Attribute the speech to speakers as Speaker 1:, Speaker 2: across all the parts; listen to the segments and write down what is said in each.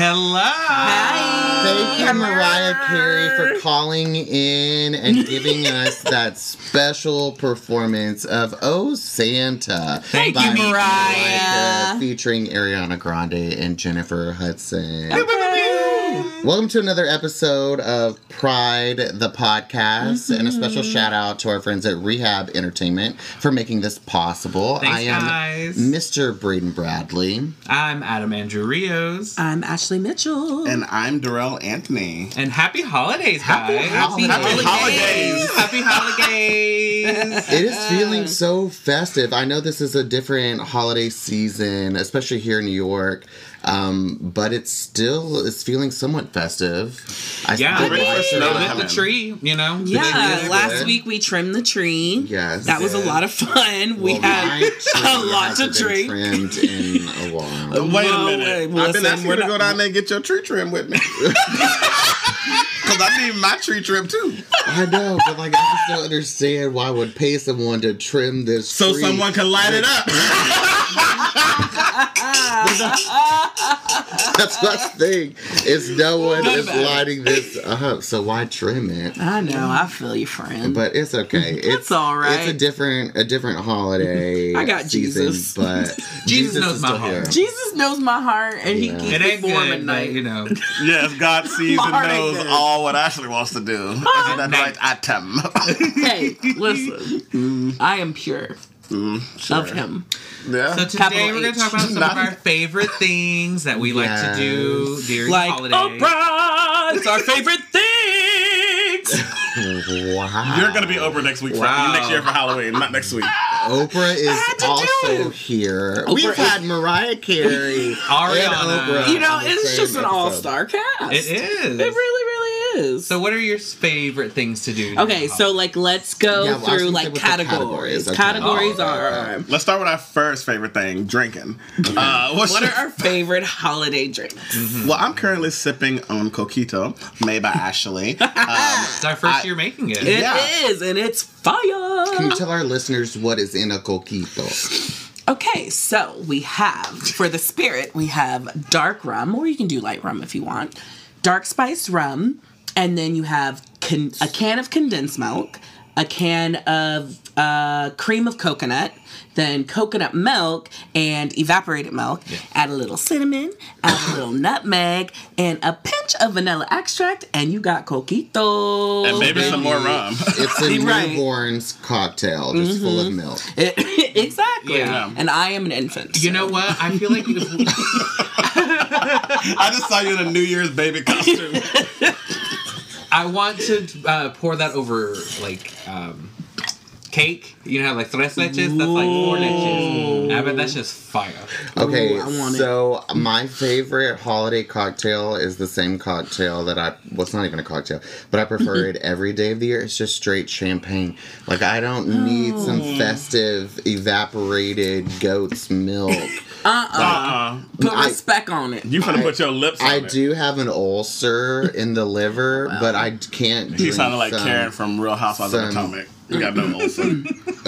Speaker 1: Hello.
Speaker 2: Hi.
Speaker 3: Thank you, Mariah Carey, for calling in and giving us that special performance of Oh Santa.
Speaker 1: Thank
Speaker 3: by
Speaker 1: you, Mariah.
Speaker 3: featuring Ariana Grande and Jennifer Hudson.
Speaker 1: Pew-pew-pew-pew.
Speaker 3: Welcome to another episode of Pride the Podcast, and a special
Speaker 1: Mm-hmm.
Speaker 3: shout out to our friends at Rehab Entertainment for making this possible.
Speaker 1: Thanks,
Speaker 3: I am
Speaker 1: guys.
Speaker 3: Mr. Braden Bradley.
Speaker 1: I'm Adam Andrew Rios.
Speaker 2: I'm Ashley Mitchell.
Speaker 4: And I'm Darrell Anthony.
Speaker 1: And happy holidays,
Speaker 3: Happy
Speaker 1: guys.
Speaker 3: holidays.
Speaker 4: Happy holidays.
Speaker 1: Happy holidays.
Speaker 3: It is feeling so festive. I know this is a different holiday season, especially here in New York, um, but it's still it's feling somewhat festive. I
Speaker 1: yeah,
Speaker 3: still
Speaker 1: they
Speaker 4: ready for
Speaker 3: like it.
Speaker 4: snow to
Speaker 1: lit the
Speaker 4: come.
Speaker 1: tree, you know?
Speaker 2: yeah,
Speaker 3: did
Speaker 2: last
Speaker 3: good.
Speaker 2: week we trimmed the tree.
Speaker 3: Yes,
Speaker 2: That was a
Speaker 3: yeah.
Speaker 2: lot of fun. We
Speaker 3: Well,
Speaker 2: had
Speaker 3: my tree
Speaker 2: a lot to
Speaker 3: hasn't been
Speaker 2: drink.
Speaker 3: Trimmed in a while.
Speaker 4: Wait
Speaker 2: No
Speaker 4: a
Speaker 2: way.
Speaker 4: minute. I've
Speaker 2: Listen,
Speaker 4: been asking
Speaker 2: we're
Speaker 4: you to
Speaker 2: not-
Speaker 4: go down there and get your tree trim with me. Because I need my tree trim too.
Speaker 3: I know, but like I just don't understand why I would pay someone to trim this.
Speaker 4: So
Speaker 3: tree.
Speaker 4: someone can light it up.
Speaker 3: That's my thing. It's no one is
Speaker 2: about it.
Speaker 3: lighting this up. So why trim it?
Speaker 2: I know. I feel you, friend.
Speaker 3: but it's okay. it's
Speaker 2: all right.
Speaker 3: It's a different a different holiday.
Speaker 2: I got Jesus.
Speaker 3: but
Speaker 1: Jesus knows
Speaker 3: is
Speaker 1: my
Speaker 3: still
Speaker 1: heart.
Speaker 3: here.
Speaker 2: Jesus knows my heart, and
Speaker 3: Yeah.
Speaker 2: he
Speaker 1: It
Speaker 2: keeps
Speaker 1: ain't
Speaker 2: it warm
Speaker 1: warm
Speaker 2: at
Speaker 1: night, you
Speaker 2: night.
Speaker 1: know.
Speaker 4: yes, God sees and
Speaker 2: Lord, I
Speaker 4: knows
Speaker 2: guess.
Speaker 4: all what Ashley wants to do. Isn't that
Speaker 1: Night.
Speaker 4: right, Atom?
Speaker 2: Hey, listen.
Speaker 3: Mm.
Speaker 2: I am pure
Speaker 4: Sure.
Speaker 2: of him.
Speaker 4: Mm-hmm. Yeah.
Speaker 1: So today
Speaker 2: Capital
Speaker 1: we're going
Speaker 2: H.
Speaker 1: to talk about some of
Speaker 4: Not-
Speaker 1: our favorite things that we like to do during
Speaker 2: Like
Speaker 1: holidays.
Speaker 2: Oprah, it's our favorite things.
Speaker 3: Wow.
Speaker 4: You're going to be Oprah next week. For,
Speaker 1: Wow.
Speaker 4: Next year for Halloween, not next week.
Speaker 3: Oprah is
Speaker 2: had to do
Speaker 3: also
Speaker 2: it.
Speaker 3: here. We've
Speaker 2: is-
Speaker 3: had Mariah Carey,
Speaker 1: Ariana.
Speaker 3: and Oprah.
Speaker 2: you know,
Speaker 3: on the
Speaker 2: it's
Speaker 3: same
Speaker 2: just an
Speaker 3: episode.
Speaker 2: all star cast.
Speaker 1: It is.
Speaker 2: It really, really is.
Speaker 1: So, what are your favorite things to do? during
Speaker 2: Okay,
Speaker 1: the
Speaker 2: so like let's go
Speaker 3: Yeah, well, I was gonna
Speaker 2: through
Speaker 3: say
Speaker 2: like
Speaker 3: what's the
Speaker 2: categories.
Speaker 3: categories? Okay.
Speaker 2: Categories
Speaker 3: Oh,
Speaker 2: are
Speaker 4: Let's start with our first favorite thing drinking. Uh, what's
Speaker 2: what
Speaker 4: your-
Speaker 2: are our favorite holiday drinks?
Speaker 4: Well, I'm currently sipping on Coquito, made by Ashley. Um,
Speaker 1: It's our first
Speaker 4: I-
Speaker 1: year making it.
Speaker 2: It is,
Speaker 4: Yeah.
Speaker 2: and it's
Speaker 3: Can
Speaker 2: fire.
Speaker 3: you tell our listeners what is in a coquito?
Speaker 2: Okay, so we have for the spirit, we have dark rum, or you can do light rum if you want, dark spiced rum, and then you have con- a can of condensed milk, a can of uh, cream of coconut, then coconut milk and evaporated milk. Add a little cinnamon, add a little nutmeg, and a pinch of vanilla extract, and you got coquito.
Speaker 4: and maybe
Speaker 2: baby.
Speaker 4: some more rum.
Speaker 3: It's a
Speaker 2: Right. Mm-hmm.
Speaker 3: newborn's cocktail, just full of milk.
Speaker 2: exactly.
Speaker 1: Yeah.
Speaker 2: And I am an infant.
Speaker 1: You
Speaker 2: so-
Speaker 1: know what? I feel like if-
Speaker 4: I just saw you in a New Year's baby costume.
Speaker 1: I want to uh, pour that over like um, cake. You know, like tres leches. That's like four leches. I bet that's just fire.
Speaker 3: Okay,
Speaker 2: Ooh, I want it.
Speaker 3: so my favorite holiday cocktail is the same cocktail that I well, it's not even a cocktail, but I prefer it every day of the year. It's just straight champagne. Like I don't need some festive evaporated goat's milk.
Speaker 4: Uh-uh.
Speaker 2: Put
Speaker 3: I-
Speaker 2: respect on it.
Speaker 4: You finna
Speaker 3: I-
Speaker 4: put your lips on
Speaker 3: I
Speaker 4: it.
Speaker 3: do have an ulcer in the liver, but I d- can't.
Speaker 4: She
Speaker 3: drink
Speaker 4: sounded like
Speaker 3: some.
Speaker 4: Karen from Real Housewives of
Speaker 3: some-
Speaker 4: Potomac. You got no ulcer. she said,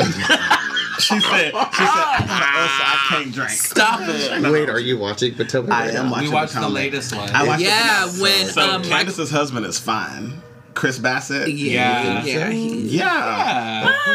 Speaker 4: she said, I got an ulcer, I can't drink.
Speaker 2: Stop it.
Speaker 3: Wait, are you watching Potomac?
Speaker 4: I
Speaker 3: right
Speaker 4: am
Speaker 3: now?
Speaker 4: watching
Speaker 1: we watched the
Speaker 4: Potomac.
Speaker 1: latest one.
Speaker 4: I watched
Speaker 2: Yeah,
Speaker 4: the Potomac.
Speaker 2: when
Speaker 4: So
Speaker 2: um, Mike-
Speaker 4: Candace's husband is fine. Chris Bassett.
Speaker 1: Yeah.
Speaker 2: yeah, yeah, he,
Speaker 4: Yeah.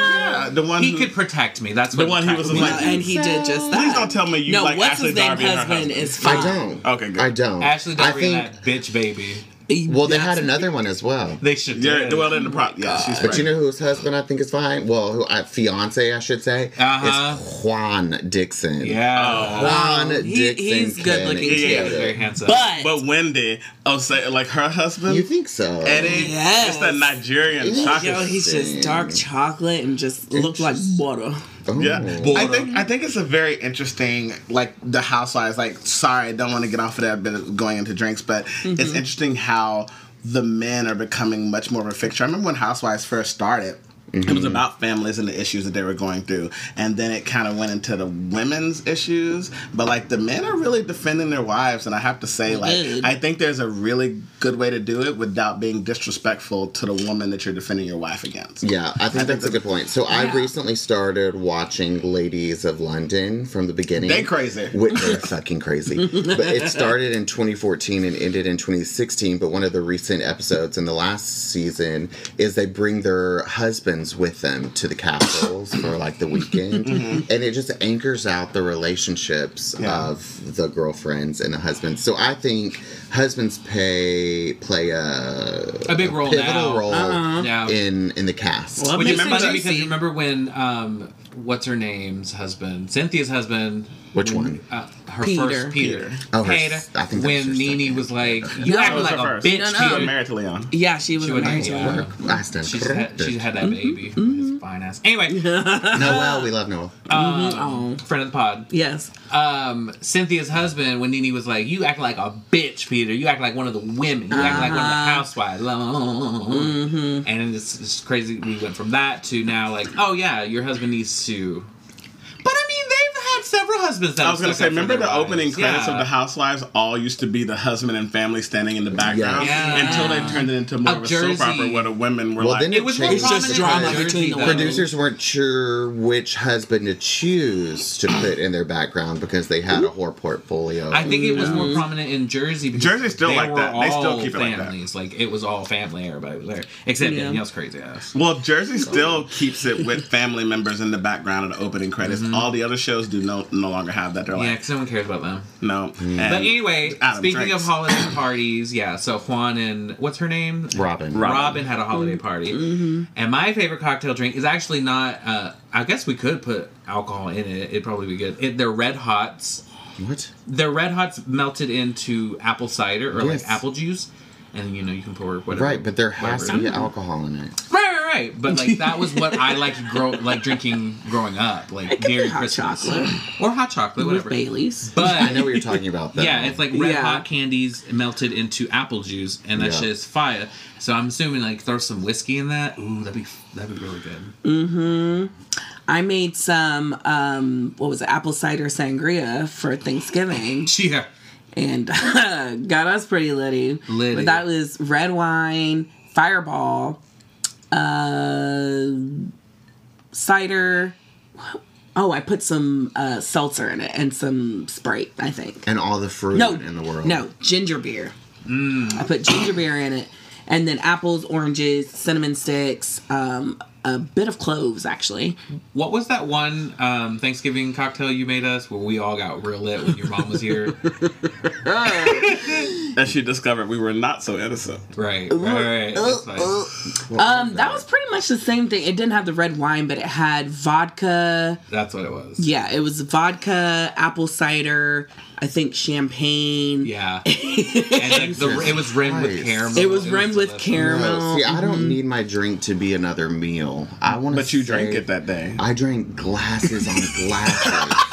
Speaker 1: Yeah.
Speaker 4: Yeah, The one
Speaker 1: he
Speaker 4: who-
Speaker 1: could protect me. That's
Speaker 4: The
Speaker 1: what
Speaker 4: one he
Speaker 1: attracted
Speaker 4: was
Speaker 1: me.
Speaker 4: like-
Speaker 2: yeah, and he did just that.
Speaker 4: Please don't tell me you
Speaker 2: no,
Speaker 4: like
Speaker 2: what's
Speaker 4: Ashley
Speaker 2: his name?
Speaker 4: Darby and her
Speaker 2: husband,
Speaker 4: husband.
Speaker 2: is fine.
Speaker 3: I don't.
Speaker 4: Okay, good.
Speaker 3: I don't.
Speaker 1: Ashley
Speaker 3: I
Speaker 1: Darby
Speaker 3: think.
Speaker 1: and that bitch baby.
Speaker 3: Well, they had
Speaker 2: That's-
Speaker 3: another one as well.
Speaker 1: They should.
Speaker 4: Yeah,
Speaker 1: did.
Speaker 4: well, in the prop. Yeah, she's
Speaker 3: But
Speaker 4: right.
Speaker 3: you know whose husband I think is fine? Well, who I, fiance I should say
Speaker 1: Uh-huh.
Speaker 3: is Juan Dixon.
Speaker 1: yeah.
Speaker 4: Oh.
Speaker 3: Juan
Speaker 2: He-
Speaker 3: Dixon.
Speaker 2: he's good
Speaker 3: can
Speaker 2: looking
Speaker 3: get
Speaker 2: too.
Speaker 1: yeah,
Speaker 3: it.
Speaker 1: very handsome.
Speaker 2: But,
Speaker 4: But Wendy, oh, say like her husband,
Speaker 3: You think so?
Speaker 4: Eddie,
Speaker 2: Yes.
Speaker 4: it's that Nigerian
Speaker 3: Yo,
Speaker 4: chocolate.
Speaker 2: yo, he's just dark chocolate and just looked like butter.
Speaker 3: Oh.
Speaker 4: Yeah,
Speaker 1: Boredom.
Speaker 4: I think I think it's a very interesting like the housewives. Like, sorry, I don't want to get off of that, but going into drinks, but it's interesting how the men are becoming much more of a fixture. I remember when Housewives first started. It was about families and the issues that they were going through. And then it kind of went into the women's issues. But like the men are really defending their wives. And I have to say, like,
Speaker 2: Good.
Speaker 4: I think there's a really good way to do it without being disrespectful to the woman that you're defending your wife against.
Speaker 3: Yeah, I think that's a good point. So I recently started watching Ladies of London from the beginning.
Speaker 4: They crazy.
Speaker 3: Which are fucking crazy. But it started in 2014 and ended in 2016. But one of the recent episodes in the last season is they bring their husbands with them to the capitals for like the weekend. And it just anchors out the relationships
Speaker 4: Yeah.
Speaker 3: of the girlfriends and the husbands. So I think husbands pay play a,
Speaker 1: A big role
Speaker 3: pivotal
Speaker 1: now. Uh-huh.
Speaker 3: role
Speaker 1: Yeah.
Speaker 3: in in the cast.
Speaker 2: Well,
Speaker 1: Well, you
Speaker 2: Mr.
Speaker 1: remember that
Speaker 2: Juicy.
Speaker 1: because you remember when um, what's her name's husband, Cynthia's husband.
Speaker 3: Which
Speaker 1: when,
Speaker 3: one?
Speaker 1: Uh, her
Speaker 2: Peter.
Speaker 1: first Peter.
Speaker 3: Oh, her
Speaker 1: Peter,
Speaker 3: s- I think that was
Speaker 1: when
Speaker 3: her
Speaker 1: Nene
Speaker 3: second.
Speaker 1: was like, "You
Speaker 2: No,
Speaker 1: acting
Speaker 4: was
Speaker 1: like a
Speaker 4: her first.
Speaker 1: bitch,
Speaker 2: No, no.
Speaker 4: She was
Speaker 1: Peter."
Speaker 4: married to Leon.
Speaker 2: Yeah, she was
Speaker 1: She was
Speaker 2: married
Speaker 1: like,
Speaker 2: to
Speaker 1: yeah.
Speaker 2: him.
Speaker 3: I stand
Speaker 1: She's had, she's had that baby. His fine ass. Anyway,
Speaker 3: Noel, we love Noel.
Speaker 2: Oh,
Speaker 1: friend of the pod.
Speaker 2: yes.
Speaker 1: Um, Cynthia's husband, when Nene was like, "You act like a bitch, Peter. You act like one of the women. You act like one of the housewives." And then it's, it's crazy. We went from that to now, like, "Oh yeah, your husband needs to." But I mean, they've had several husbands. That
Speaker 4: I was gonna
Speaker 1: stuck
Speaker 4: say,
Speaker 1: up for
Speaker 4: remember
Speaker 1: their
Speaker 4: the opening
Speaker 1: wives.
Speaker 4: credits of
Speaker 1: Yeah.
Speaker 4: the Housewives? All used to be the husband and family standing in the background
Speaker 1: Yeah.
Speaker 4: until they turned it into more
Speaker 1: A
Speaker 4: of a soap
Speaker 1: Jersey.
Speaker 4: opera where the women were
Speaker 3: Well,
Speaker 4: like,
Speaker 3: then
Speaker 1: It was more
Speaker 3: It's just
Speaker 1: prominent in
Speaker 2: drama
Speaker 1: Jersey,
Speaker 2: between the
Speaker 1: though.
Speaker 2: women.
Speaker 3: Producers weren't sure which husband to choose to put in their background because they had a whore portfolio.
Speaker 1: I think it was more prominent in Jersey. Because
Speaker 4: Jersey's Mm-hmm. still like that. They still
Speaker 1: all
Speaker 4: keep it like that.
Speaker 1: families. Like, it was all family. Everybody was there, except
Speaker 2: Yeah.
Speaker 1: Danielle's crazy ass.
Speaker 4: Well, Jersey still keeps it with family members in the background of the opening credits. All the other shows do no no longer have that. They're
Speaker 1: Yeah,
Speaker 4: like,
Speaker 1: because no one cares about them.
Speaker 4: no.
Speaker 1: But anyway,
Speaker 4: Adam
Speaker 1: speaking
Speaker 4: drinks.
Speaker 1: of holiday parties, yeah. So Juan and what's her name?
Speaker 3: Robin.
Speaker 1: Robin, had a holiday party, and my favorite cocktail drink is actually not. Uh, I guess we could put alcohol in it. It'd probably be good. It, they're Red Hots.
Speaker 3: What?
Speaker 1: They're Red Hots melted into apple cider or
Speaker 3: Yes.
Speaker 1: like apple juice, and you know you can pour whatever.
Speaker 3: Right, but there has to
Speaker 1: Whatever.
Speaker 3: be alcohol in it.
Speaker 1: Right, right, right. But like that was what I liked grow like drinking growing up, like
Speaker 2: could be
Speaker 1: during
Speaker 2: hot
Speaker 1: Christmas
Speaker 2: chocolate.
Speaker 1: or hot chocolate,
Speaker 2: With
Speaker 1: whatever.
Speaker 2: Bailey's.
Speaker 1: But
Speaker 3: I know what you're talking about. Though.
Speaker 1: yeah, it's like red
Speaker 2: Yeah.
Speaker 1: hot candies melted into apple juice, and that
Speaker 3: Yeah.
Speaker 1: shit is fire. So I'm assuming like throw some whiskey in that. Ooh, that'd be that'd be really good.
Speaker 2: I made some, um, what was it, apple cider sangria for Thanksgiving
Speaker 1: Yeah,
Speaker 2: and got us pretty litty.
Speaker 1: Litty.
Speaker 2: But that was red wine, fireball, uh, cider. Oh, I put some uh, seltzer in it and some Sprite, I think.
Speaker 3: and all the fruit
Speaker 2: No,
Speaker 3: in the world. Mm.
Speaker 2: No, ginger beer. I put ginger beer in it, and then apples, oranges, cinnamon sticks, um, a bit of cloves actually.
Speaker 1: what was that one um, Thanksgiving cocktail you made us where we all got real lit when your mom was here?
Speaker 4: As she discovered, we were not so innocent.
Speaker 1: right, right, right. That's fine.
Speaker 2: Um, that was pretty much the same thing. It didn't have the red wine, but it had vodka.
Speaker 1: That's what it was.
Speaker 2: Yeah, it was vodka, apple cider, I think champagne.
Speaker 1: Yeah, and like the, it was rimmed with
Speaker 3: Christ.
Speaker 1: caramel.
Speaker 2: It was rimmed with
Speaker 1: delicious.
Speaker 2: caramel.
Speaker 3: No, see, I don't need my drink to be another meal. I want to.
Speaker 4: But you drank it that day.
Speaker 3: I drank glasses on glasses.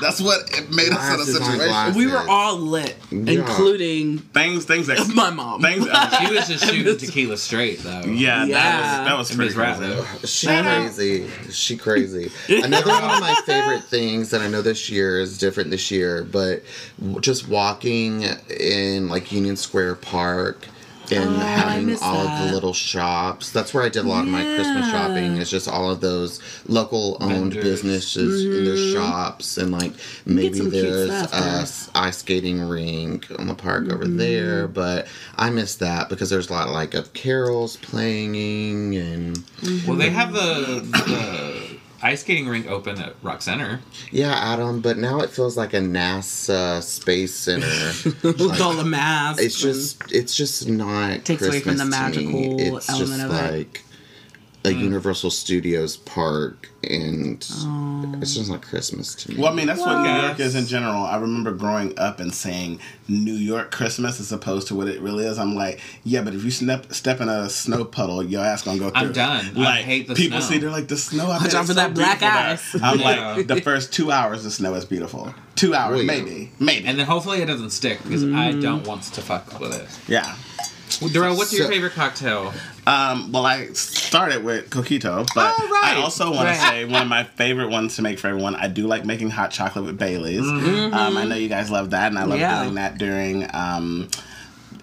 Speaker 4: That's what it made us
Speaker 3: Glasses
Speaker 4: in
Speaker 3: on
Speaker 4: a situation.
Speaker 3: glasses.
Speaker 2: We were all lit, including
Speaker 4: Things, things that
Speaker 2: my mom.
Speaker 4: things. uh,
Speaker 1: She was just shooting tequila straight though.
Speaker 2: Yeah.
Speaker 4: yeah, that was that was pretty
Speaker 1: Miss
Speaker 4: crazy.
Speaker 1: Ratliff.
Speaker 3: She
Speaker 2: Shout out.
Speaker 3: crazy. She crazy. Another one of my favorite things that I know this year is different this year, but w- just walking in like Union Square Park and having
Speaker 2: Oh, miss
Speaker 3: all of
Speaker 2: that.
Speaker 3: the little shops. That's where I did a lot of my Christmas
Speaker 2: Yeah.
Speaker 3: shopping. It's just all of those local owned
Speaker 1: Vendors.
Speaker 3: businesses in their shops and like
Speaker 2: Mm-hmm. get
Speaker 3: maybe
Speaker 2: some cute
Speaker 3: there's
Speaker 2: stuff
Speaker 3: a
Speaker 2: there. Mm-hmm.
Speaker 3: s- ice skating rink on the park over there, but I miss that because there's a lot like of carols playing and
Speaker 1: Well, they have the, the ice skating rink open at Rock Center.
Speaker 3: Yeah, Adam, but now it feels like a NASA space center.
Speaker 2: with all the masks.
Speaker 3: it's just it's just not
Speaker 2: Takes away from the
Speaker 3: Christmas to me.
Speaker 2: magical
Speaker 3: It's
Speaker 2: element
Speaker 3: just
Speaker 2: of it. Mm.
Speaker 3: like a Universal Studios park and
Speaker 2: Oh. um,
Speaker 3: it's just not Christmas to me.
Speaker 4: Well, I mean, that's what New
Speaker 1: Yes.
Speaker 4: York is in general. I remember growing up and saying New York Christmas as opposed to what it really is. I'm like, yeah, but if you snap, step in a snow puddle, your ass gonna go through.
Speaker 1: I'm
Speaker 4: it.
Speaker 1: done. I
Speaker 4: Like
Speaker 1: hate the
Speaker 4: people
Speaker 1: snow.
Speaker 4: see, they're like the snow. I bet
Speaker 2: out
Speaker 4: it's
Speaker 2: for
Speaker 4: so
Speaker 2: that black
Speaker 4: beautiful
Speaker 2: eye.
Speaker 4: there." I'm
Speaker 1: Yeah.
Speaker 4: like, the first two hours the snow is beautiful. Two
Speaker 3: Well,
Speaker 4: hours,
Speaker 3: yeah.
Speaker 4: maybe, maybe.
Speaker 1: And then hopefully it doesn't stick because I don't want to fuck with it.
Speaker 4: yeah.
Speaker 1: Mm. Well, Darrell, what's your
Speaker 3: So-
Speaker 1: favorite cocktail?
Speaker 4: Um, well, I started with coquito, but
Speaker 1: Oh, right.
Speaker 4: I also want
Speaker 2: Right.
Speaker 4: to say one of my favorite ones to make for everyone. I do like making hot chocolate with Bailey's. Um, I know you guys love that, and I
Speaker 2: Mm-hmm.
Speaker 4: love
Speaker 2: Yeah.
Speaker 4: doing that during um,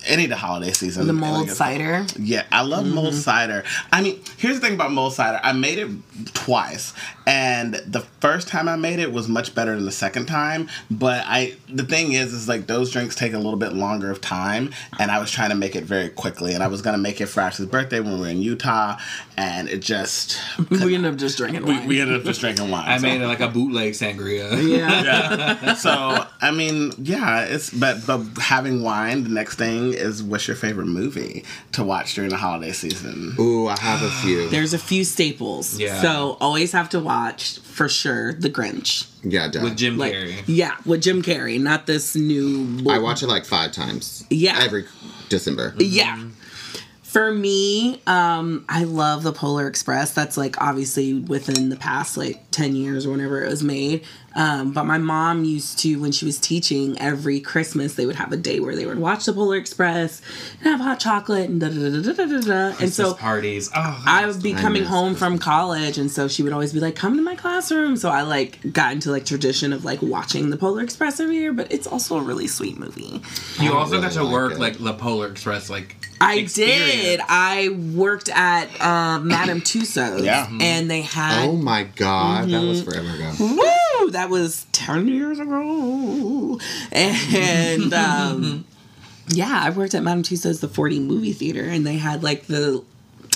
Speaker 4: any of the holiday season.
Speaker 2: The
Speaker 4: I think
Speaker 2: mold
Speaker 4: it's-
Speaker 2: cider.
Speaker 4: yeah, I love mulled cider. I mean, here's the thing about mulled cider. I made it twice, and the first time I made it was much better than the second time. But I, the thing is, is like those drinks take a little bit longer of time, and I was trying to make it very quickly, and I was gonna make it for Ash's birthday when we were in Utah, and it just
Speaker 2: We end up just drinking
Speaker 4: we,
Speaker 2: wine.
Speaker 4: we ended up just drinking wine.
Speaker 1: I
Speaker 4: so-
Speaker 1: made it like a bootleg sangria.
Speaker 2: yeah.
Speaker 4: yeah. So I mean, yeah, it's but but having wine, the next thing is what's your favorite movie to watch during the holiday season?
Speaker 3: Ooh, I have a few.
Speaker 2: There's a few staples.
Speaker 1: Yeah.
Speaker 2: So always have to watch for sure The Grinch.
Speaker 3: yeah, duh.
Speaker 1: With Jim
Speaker 2: Like
Speaker 1: Carrey.
Speaker 2: yeah, with Jim Carrey, not this new
Speaker 3: I watch it like five times.
Speaker 2: Yeah.
Speaker 3: Every December.
Speaker 2: Yeah. For me, um, I love the Polar Express. That's like obviously within the past like 10 years or whenever it was made. Um, but my mom used to, when she was teaching, every Christmas they would have a day where they would watch the Polar Express and have hot chocolate and da da da da da da da. And
Speaker 1: Christmas
Speaker 2: so
Speaker 1: parties. Oh,
Speaker 2: I would be coming
Speaker 3: miss
Speaker 2: home from college, and so she would always be like, "Come to my classroom." So I like got into like tradition of like watching the Polar Express every year, but it's also a really sweet movie.
Speaker 1: you also
Speaker 3: really
Speaker 1: got to
Speaker 3: like
Speaker 1: work
Speaker 3: it.
Speaker 1: like the Polar Express. Like
Speaker 2: I did.
Speaker 1: experience.
Speaker 2: I worked at uh, Madame Tussauds,
Speaker 4: Yeah.
Speaker 2: and they had
Speaker 3: Oh my god, that
Speaker 2: Mm-hmm.
Speaker 3: was forever ago.
Speaker 2: woo. That was ten years ago, and um, yeah, I worked at Madame Tussauds, the forty movie theater, and they had like the.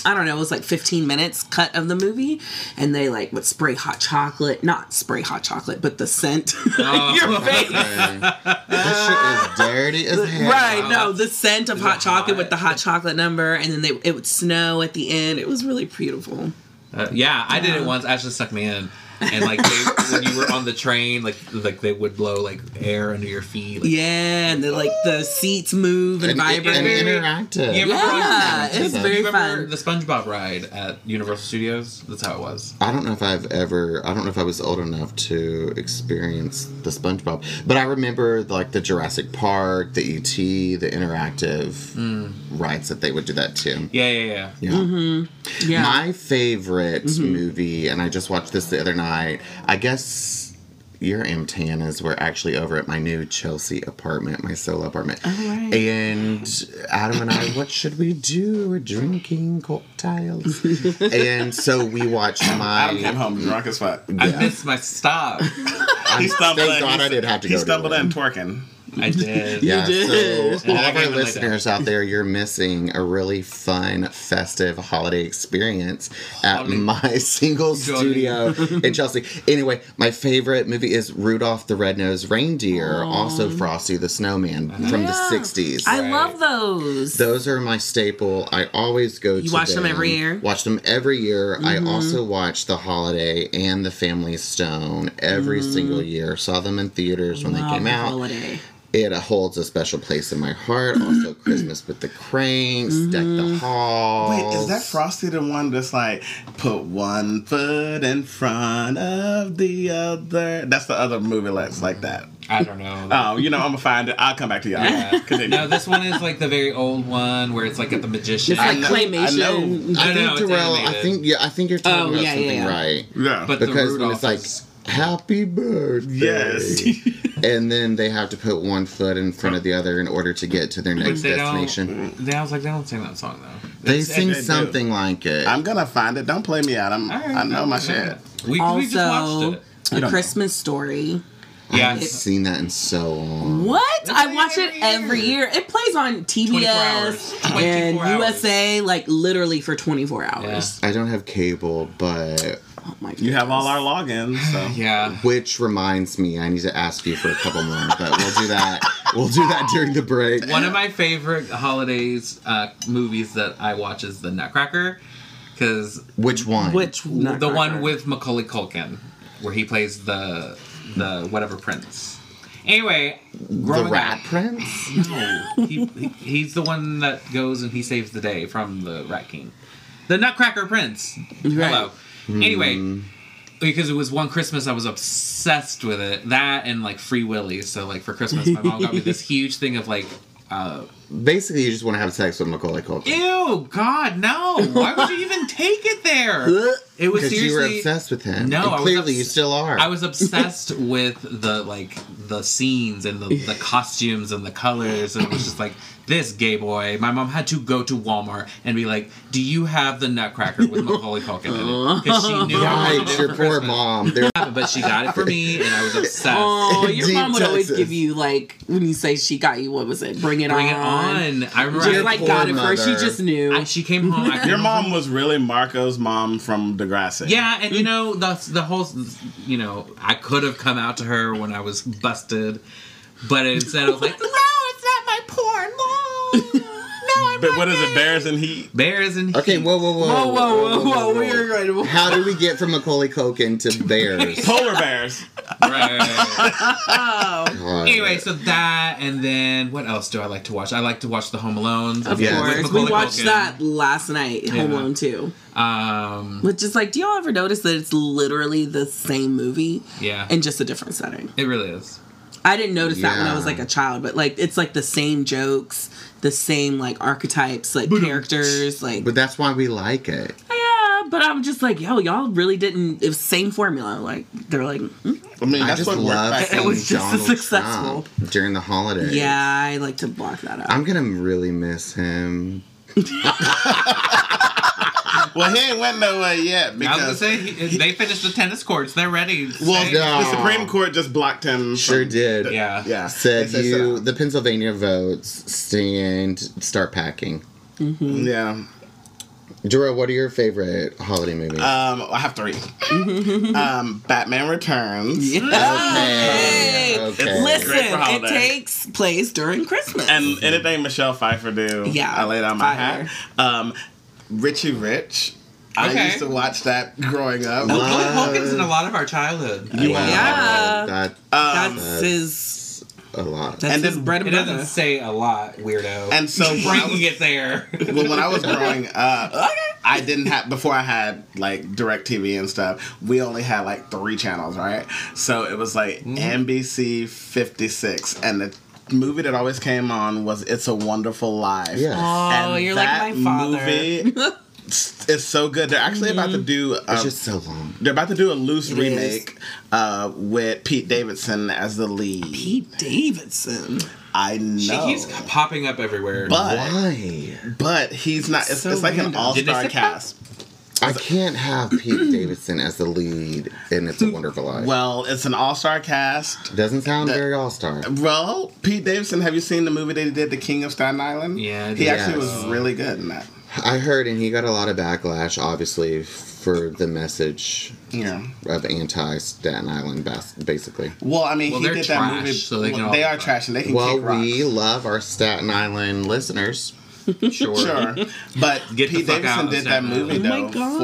Speaker 2: I don't know, it was like 15 minutes cut of the movie, and they like would spray hot chocolate, not spray hot chocolate, but the scent in your face.
Speaker 3: this shit is dirty as hell.
Speaker 2: Right, no, the scent of hot
Speaker 1: it
Speaker 2: chocolate
Speaker 1: hot?
Speaker 2: with the hot chocolate number, and then they it would snow at the end. It was really beautiful.
Speaker 1: Uh, yeah, I did it once. Ashley sucked me in, and like they, when you were on the train, like like they would blow like air under your feet. Like,
Speaker 2: Yeah, and the like the seats move and,
Speaker 3: And, and
Speaker 2: vibrate.
Speaker 3: interactive.
Speaker 1: You ever-
Speaker 2: yeah, it's
Speaker 3: Yeah.
Speaker 2: very
Speaker 1: You remember
Speaker 2: fun.
Speaker 1: the SpongeBob ride at Universal Studios? That's how it was.
Speaker 3: I don't know if I've ever. I don't know if I was old enough to experience the SpongeBob, but I remember like the Jurassic Park, the ET, the interactive rides that they would do that too.
Speaker 1: Yeah, yeah, yeah.
Speaker 3: Yeah.
Speaker 2: yeah,
Speaker 3: My favorite movie, and I just watched this the other night. I guess your Amtanas were actually over at my new Chelsea apartment, my solo apartment.
Speaker 2: right.
Speaker 3: And Adam and I, what should we do? We're drinking cocktails. and so we watched my.
Speaker 4: Adam came home drunk as fuck.
Speaker 1: I missed my stop.
Speaker 4: He stumbled.
Speaker 3: Thank
Speaker 4: in.
Speaker 3: God I didn't have to
Speaker 4: He
Speaker 3: go to
Speaker 4: stumbled
Speaker 3: it.
Speaker 4: in twerking.
Speaker 1: I did.
Speaker 3: Yeah,
Speaker 2: did.
Speaker 3: so all
Speaker 1: I
Speaker 3: of
Speaker 1: gave
Speaker 3: our
Speaker 1: it like
Speaker 3: listeners out there, you're missing a really fun, festive holiday experience at my single studio in Chelsea. Anyway, my favorite movie is Rudolph the Red-Nosed Reindeer, also Frosty the Snowman from
Speaker 2: Yeah.
Speaker 3: the 60s.
Speaker 2: I love those.
Speaker 3: Those are my staple. I always go to
Speaker 2: watch them every year? Mm-hmm.
Speaker 3: Watch them every year. I also watch The Holiday and The Family Stone every single year. Saw them in theaters when
Speaker 2: Mm-hmm. Love
Speaker 3: they came
Speaker 2: the
Speaker 3: out.
Speaker 2: Oh, holiday.
Speaker 3: It holds a special place in my heart. Also, Christmas with the Cranks, Deck the
Speaker 4: Wait,
Speaker 3: Halls.
Speaker 4: is that Frosty the one that's like put one foot in front of the other? That's the other movie that's like that.
Speaker 1: I don't know.
Speaker 4: Oh, you know I'm gonna find it. I'll come back to y'all.
Speaker 1: Yeah.
Speaker 4: Continue.
Speaker 1: no, this one is like the very old one where it's like at the magician.
Speaker 2: It's like
Speaker 4: know, I
Speaker 2: claymation.
Speaker 4: know.
Speaker 1: I
Speaker 3: I
Speaker 1: know.
Speaker 3: think,
Speaker 1: it's
Speaker 3: Darrell, I
Speaker 1: animated.
Speaker 3: think yeah, I think you're talking
Speaker 2: Oh,
Speaker 3: about
Speaker 2: yeah, yeah,
Speaker 3: something
Speaker 2: yeah.
Speaker 3: right.
Speaker 4: yeah.
Speaker 1: But the
Speaker 3: Because when
Speaker 1: Rudolph
Speaker 3: it's like
Speaker 1: is-
Speaker 3: Happy Birthday,
Speaker 4: yes.
Speaker 3: and then they have to put one foot in front of the other in order to get to their next
Speaker 1: they don't-
Speaker 3: destination.
Speaker 1: They, I was like, they don't sing that song though.
Speaker 3: They
Speaker 1: It's-
Speaker 3: sing
Speaker 4: they do.
Speaker 3: something like it.
Speaker 4: I'm gonna find it. Don't play me out. I'm,
Speaker 1: All right,
Speaker 4: I know my
Speaker 1: okay.
Speaker 4: shit.
Speaker 1: We, we just watched
Speaker 2: Also,
Speaker 1: it.
Speaker 4: You
Speaker 2: a
Speaker 4: don't
Speaker 2: Christmas story.
Speaker 3: I
Speaker 1: Yeah,
Speaker 3: haven't seen that in so long.
Speaker 2: What? I
Speaker 1: plays
Speaker 2: watch it
Speaker 1: every
Speaker 2: every year. It plays on
Speaker 1: 24
Speaker 2: TBS
Speaker 1: hours.
Speaker 2: and
Speaker 1: 24 hours.
Speaker 2: USA, like literally for 24 hours.
Speaker 3: I don't have cable, but
Speaker 2: Oh my
Speaker 4: You have all our logins. So
Speaker 1: yeah.
Speaker 3: which reminds me, I need to ask you for a couple more, but we'll do that. We'll do that during the break.
Speaker 1: One of my favorite holidays uh, movies that I watch is The Nutcracker, because
Speaker 3: Which one?
Speaker 2: Which
Speaker 1: the one with Macaulay Culkin, where he plays the the whatever prince. Anyway,
Speaker 3: the
Speaker 1: growing
Speaker 3: Rat
Speaker 1: up-
Speaker 3: Prince?
Speaker 1: No, he, he- he's the one that goes and he saves the day from the Rat King, the Nutcracker Prince. Hello.
Speaker 3: Hmm.
Speaker 1: Anyway. Because it was one Christmas, I was obsessed with it. That and like Free Willy. So like for Christmas, my mom got me this huge thing of like Uh,
Speaker 3: Basically, you just want to have sex with Macaulay Culkin.
Speaker 1: ew, God, no! Why would you even take it there? It was
Speaker 3: Because you were
Speaker 1: seriously-
Speaker 3: obsessed with him.
Speaker 1: No,
Speaker 3: And
Speaker 1: I was
Speaker 3: clearly
Speaker 1: obs-
Speaker 3: you still are.
Speaker 1: I was obsessed with the like the scenes and the, the costumes and the colors, and it was just like this gay boy. My mom had to go to Walmart and be like, "Do you have the Nutcracker with Macaulay Culkin in
Speaker 3: Uh-huh.
Speaker 1: it?" Because she knew. I wanted it
Speaker 3: Yikes,
Speaker 1: for
Speaker 3: your poor
Speaker 1: Christmas.
Speaker 3: mom. They're
Speaker 1: But she got it for me, and I was obsessed.
Speaker 2: Oh, your
Speaker 3: Deep
Speaker 2: mom would always
Speaker 3: Texas.
Speaker 2: give you like when you say she got you. What was it? Bring it
Speaker 1: Bring it
Speaker 2: on.
Speaker 1: on! I remember
Speaker 2: Just
Speaker 1: I-
Speaker 2: like
Speaker 3: Poor
Speaker 2: got it first. She
Speaker 3: mother.
Speaker 2: just knew.
Speaker 1: I- she came home. I came
Speaker 4: Your
Speaker 1: home-
Speaker 4: mom was really Marco's mom from Degrassi.
Speaker 1: Yeah, and
Speaker 3: Mm.
Speaker 1: you know the the whole you know I could have come out to her when I was busted, but instead I was like, no, it's not my porn, mom. No, I'm
Speaker 4: But
Speaker 1: not
Speaker 4: what is
Speaker 1: gay."
Speaker 4: embarrassing heat?
Speaker 1: Bears and
Speaker 3: Okay, whoa, whoa, whoa,
Speaker 2: whoa, whoa, whoa, whoa! We are going to.
Speaker 3: How do we get from Macaulay Culkin to bears?
Speaker 4: Polar bears.
Speaker 1: Right.
Speaker 3: God.
Speaker 1: anyway, so that and then what else do I like to watch? I like to watch the Home Alones.
Speaker 2: Of
Speaker 3: Yeah.
Speaker 2: course,
Speaker 1: With
Speaker 2: we
Speaker 1: Macaulay
Speaker 2: watched
Speaker 1: Culkin.
Speaker 2: that last night. Home
Speaker 1: Yeah.
Speaker 2: Alone Two.
Speaker 1: Um,
Speaker 2: Which is like, do y'all ever notice that it's literally the same movie
Speaker 1: yeah,
Speaker 2: in just a different setting?
Speaker 1: it really is.
Speaker 2: I didn't notice that when I was
Speaker 3: Yeah.
Speaker 2: like a child, but like it's like the same jokes, the same like archetypes, like characters, like
Speaker 3: but that's why we like it.
Speaker 2: yeah. But I'm just like, yo, y'all really didn't. It was same formula. Like they're like, mm,
Speaker 4: I mean,
Speaker 3: I
Speaker 4: that's
Speaker 3: just
Speaker 4: what worked
Speaker 3: love
Speaker 4: back
Speaker 2: It
Speaker 3: seeing
Speaker 2: was just
Speaker 3: Donald
Speaker 2: successful.
Speaker 3: Trump during the holidays.
Speaker 2: yeah, I like to block that out.
Speaker 3: I'm gonna really miss him.
Speaker 4: Well, he ain't went nowhere yet
Speaker 1: I was gonna
Speaker 4: because
Speaker 1: say he- they finished the tennis courts. They're ready.
Speaker 4: well,
Speaker 1: Say-
Speaker 3: no.
Speaker 4: the Supreme Court just blocked him.
Speaker 3: Sure
Speaker 4: from-
Speaker 3: did.
Speaker 1: yeah,
Speaker 4: Yeah.
Speaker 3: Said
Speaker 4: They
Speaker 3: you,
Speaker 4: sit
Speaker 3: the Pennsylvania votes stand, start packing.
Speaker 4: down. Mm-hmm. yeah.
Speaker 3: Dora, what are your favorite holiday movies?
Speaker 4: Um, I have three. um, Batman Returns.
Speaker 3: Okay,
Speaker 2: Hey,
Speaker 3: okay.
Speaker 2: Listen,
Speaker 4: Great for
Speaker 2: it
Speaker 4: holiday.
Speaker 2: takes place during Christmas.
Speaker 4: And anything Michelle Pfeiffer do,
Speaker 2: Yeah,
Speaker 4: I lay down my
Speaker 2: fire.
Speaker 4: hat. Um, Richie Rich. I
Speaker 1: Okay.
Speaker 4: used to watch that growing up.
Speaker 1: Macaulay Culkin's in a lot of our childhood.
Speaker 3: Wow,
Speaker 2: Yeah.
Speaker 3: that-
Speaker 4: Um,
Speaker 2: that's his.
Speaker 3: a lot.
Speaker 2: That's
Speaker 4: and
Speaker 2: his
Speaker 4: then-
Speaker 2: bread
Speaker 1: It
Speaker 2: and
Speaker 1: doesn't
Speaker 2: butter.
Speaker 1: say a lot, weirdo.
Speaker 4: and so when I
Speaker 1: bringing
Speaker 4: was,
Speaker 1: it there.
Speaker 4: well, when I was growing up, I didn't have before I had like direct TV and stuff, we only had like three channels, right? So it was like
Speaker 3: Mm-hmm.
Speaker 4: NBC fifty six and the movie that always came on was It's a Wonderful Life.
Speaker 3: Yes.
Speaker 2: Oh,
Speaker 4: And
Speaker 2: you're like
Speaker 4: that
Speaker 2: my father. Mm-hmm.
Speaker 4: Movie is so good. They're actually about to do
Speaker 3: it's
Speaker 4: a
Speaker 3: just so long.
Speaker 4: They're about to do a loose
Speaker 2: It
Speaker 4: remake uh, with Pete Davidson as the lead.
Speaker 2: Pete Davidson.
Speaker 4: I know,
Speaker 1: She keeps popping up everywhere.
Speaker 4: but
Speaker 3: Why?
Speaker 4: but he's not. It's,
Speaker 2: So
Speaker 4: it's like an
Speaker 2: random.
Speaker 4: all
Speaker 1: Did they
Speaker 4: star
Speaker 1: say
Speaker 4: cast.
Speaker 3: I can't have Pete Davidson as the lead in It's a Wonderful Life.
Speaker 4: Well, it's an all star cast.
Speaker 3: Doesn't sound very all star.
Speaker 4: Well, Pete Davidson. Have you seen the movie that he did, The King of Staten Island?
Speaker 1: Yeah, I
Speaker 4: he
Speaker 1: did.
Speaker 4: actually was
Speaker 1: Yes.
Speaker 4: really good in that.
Speaker 3: I heard, and he got a lot of backlash, obviously, for the message
Speaker 4: Yeah.
Speaker 3: of anti Staten Island, bas- basically.
Speaker 4: Well, I mean,
Speaker 1: Well,
Speaker 4: he
Speaker 1: they're
Speaker 4: did that
Speaker 1: trash,
Speaker 4: movie.
Speaker 1: so they can
Speaker 4: well,
Speaker 1: all
Speaker 4: they
Speaker 1: be
Speaker 4: are
Speaker 1: fine.
Speaker 4: trash, and they can
Speaker 3: Well,
Speaker 4: kick rocks.
Speaker 3: we love our Staten Island listeners. Sure.
Speaker 4: Sure, but
Speaker 1: Get the
Speaker 4: Pete
Speaker 1: fuck out
Speaker 4: Davidson
Speaker 1: of
Speaker 4: did that
Speaker 1: Staten
Speaker 2: Island.
Speaker 4: movie
Speaker 2: Oh my
Speaker 4: though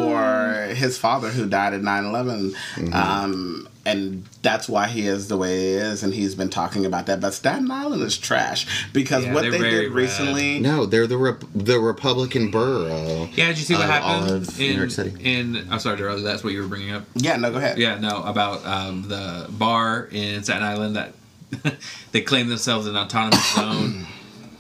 Speaker 4: for his father who died at 9-11.
Speaker 1: Mm-hmm.
Speaker 4: Um, and that's why he is the way he is, and he's been talking about that. But Staten Island is trash because
Speaker 1: Yeah,
Speaker 4: what
Speaker 1: they're
Speaker 4: they
Speaker 1: very
Speaker 4: did
Speaker 1: red.
Speaker 4: recently.
Speaker 3: No, they're the rep- the Republican borough.
Speaker 1: yeah, did you see what
Speaker 3: Uh, all
Speaker 1: happened
Speaker 3: of
Speaker 1: in
Speaker 3: New York City.
Speaker 1: In I'm sorry, Darrell, that's what you were bringing up.
Speaker 4: Yeah, no, go ahead.
Speaker 1: Yeah, no, about um, the bar in Staten Island that they claim themselves an autonomous zone,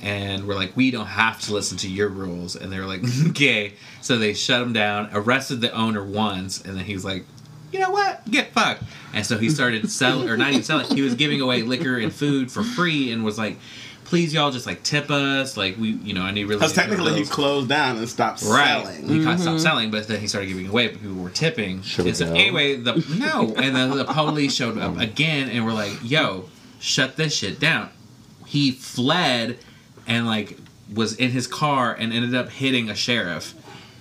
Speaker 1: and we're like, we don't have to listen to your rules, and they were like, okay, so they shut him down, arrested the owner once, and then he's like, you know what, get fucked, and so he started selling, or not even selling, he was giving away liquor and food for free, and was like. Please, y'all, just like tip us. Like we, you know, I need really.
Speaker 4: Because
Speaker 1: need your
Speaker 4: technically he
Speaker 1: bills."
Speaker 4: closed down and stopped
Speaker 1: Right.
Speaker 4: selling.
Speaker 1: He kind of stopped selling, but then he started giving away, but people were tipping.
Speaker 3: Should we
Speaker 1: and so
Speaker 3: go? Mm.
Speaker 1: anyway, the no, and then the police showed up again and were like, "Yo, shut this shit down." He fled and like was in his car and ended up hitting a sheriff.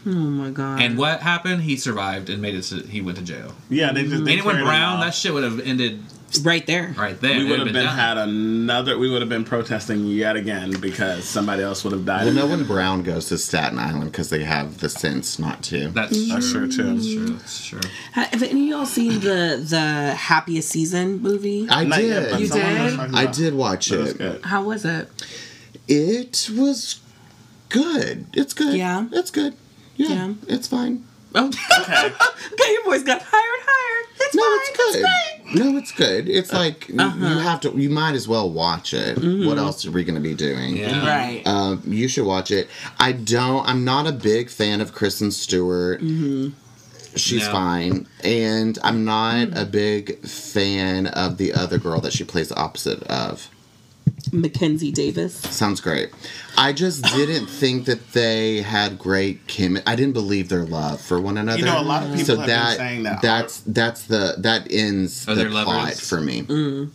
Speaker 2: Oh my god.
Speaker 4: Mm.
Speaker 1: And what happened? He survived and made it. To, he went to jail.
Speaker 4: Yeah, they just they
Speaker 1: Anyone
Speaker 4: carried him
Speaker 1: Brown,
Speaker 4: off.
Speaker 1: that shit would have ended
Speaker 2: right there.
Speaker 1: right there.
Speaker 4: we
Speaker 1: It
Speaker 4: would have been
Speaker 1: done.
Speaker 4: had another. We would have been protesting yet again because somebody else would have died.
Speaker 3: Well, no one Brown goes to Staten Island because they have the sense not to.
Speaker 1: That's true.
Speaker 4: That's true
Speaker 1: That's
Speaker 4: too.
Speaker 1: true. That's true.
Speaker 2: Have any of y'all seen the the Happiest Season movie?
Speaker 3: I
Speaker 4: Not
Speaker 3: did.
Speaker 4: yet, but
Speaker 2: You
Speaker 4: someone
Speaker 2: did?
Speaker 4: was talking
Speaker 3: I
Speaker 4: about it.
Speaker 3: did watch
Speaker 4: It was
Speaker 3: it.
Speaker 4: good.
Speaker 2: How was it?
Speaker 3: It was good. It's good.
Speaker 2: Yeah.
Speaker 3: It's good. Yeah.
Speaker 2: Yeah.
Speaker 3: It's fine.
Speaker 2: Oh, okay. your voice got higher and higher. It's
Speaker 3: No,
Speaker 2: fine.
Speaker 3: it's good.
Speaker 2: It's great. uh-huh.
Speaker 3: No, it's good. It's
Speaker 4: Uh,
Speaker 3: like you- you have to. You might as well watch it.
Speaker 2: Mm-hmm.
Speaker 3: What else are we going to be doing?
Speaker 1: Yeah.
Speaker 2: Right.
Speaker 3: Um, you should watch it. I don't. I'm not a big fan of Kristen Stewart.
Speaker 2: Mm-hmm.
Speaker 3: She's
Speaker 1: No.
Speaker 3: fine, and I'm not
Speaker 2: Mm.
Speaker 3: a big fan of the other girl that she plays opposite of.
Speaker 2: Mackenzie Davis.
Speaker 3: Sounds great. I just didn't think that they had great chem. I didn't believe their love for one another.
Speaker 4: You know, a lot of people have been saying that.
Speaker 3: That's that's the that ends
Speaker 1: Oh,
Speaker 3: the
Speaker 1: they're
Speaker 3: plot
Speaker 1: lovers?
Speaker 3: for me.
Speaker 4: Mm.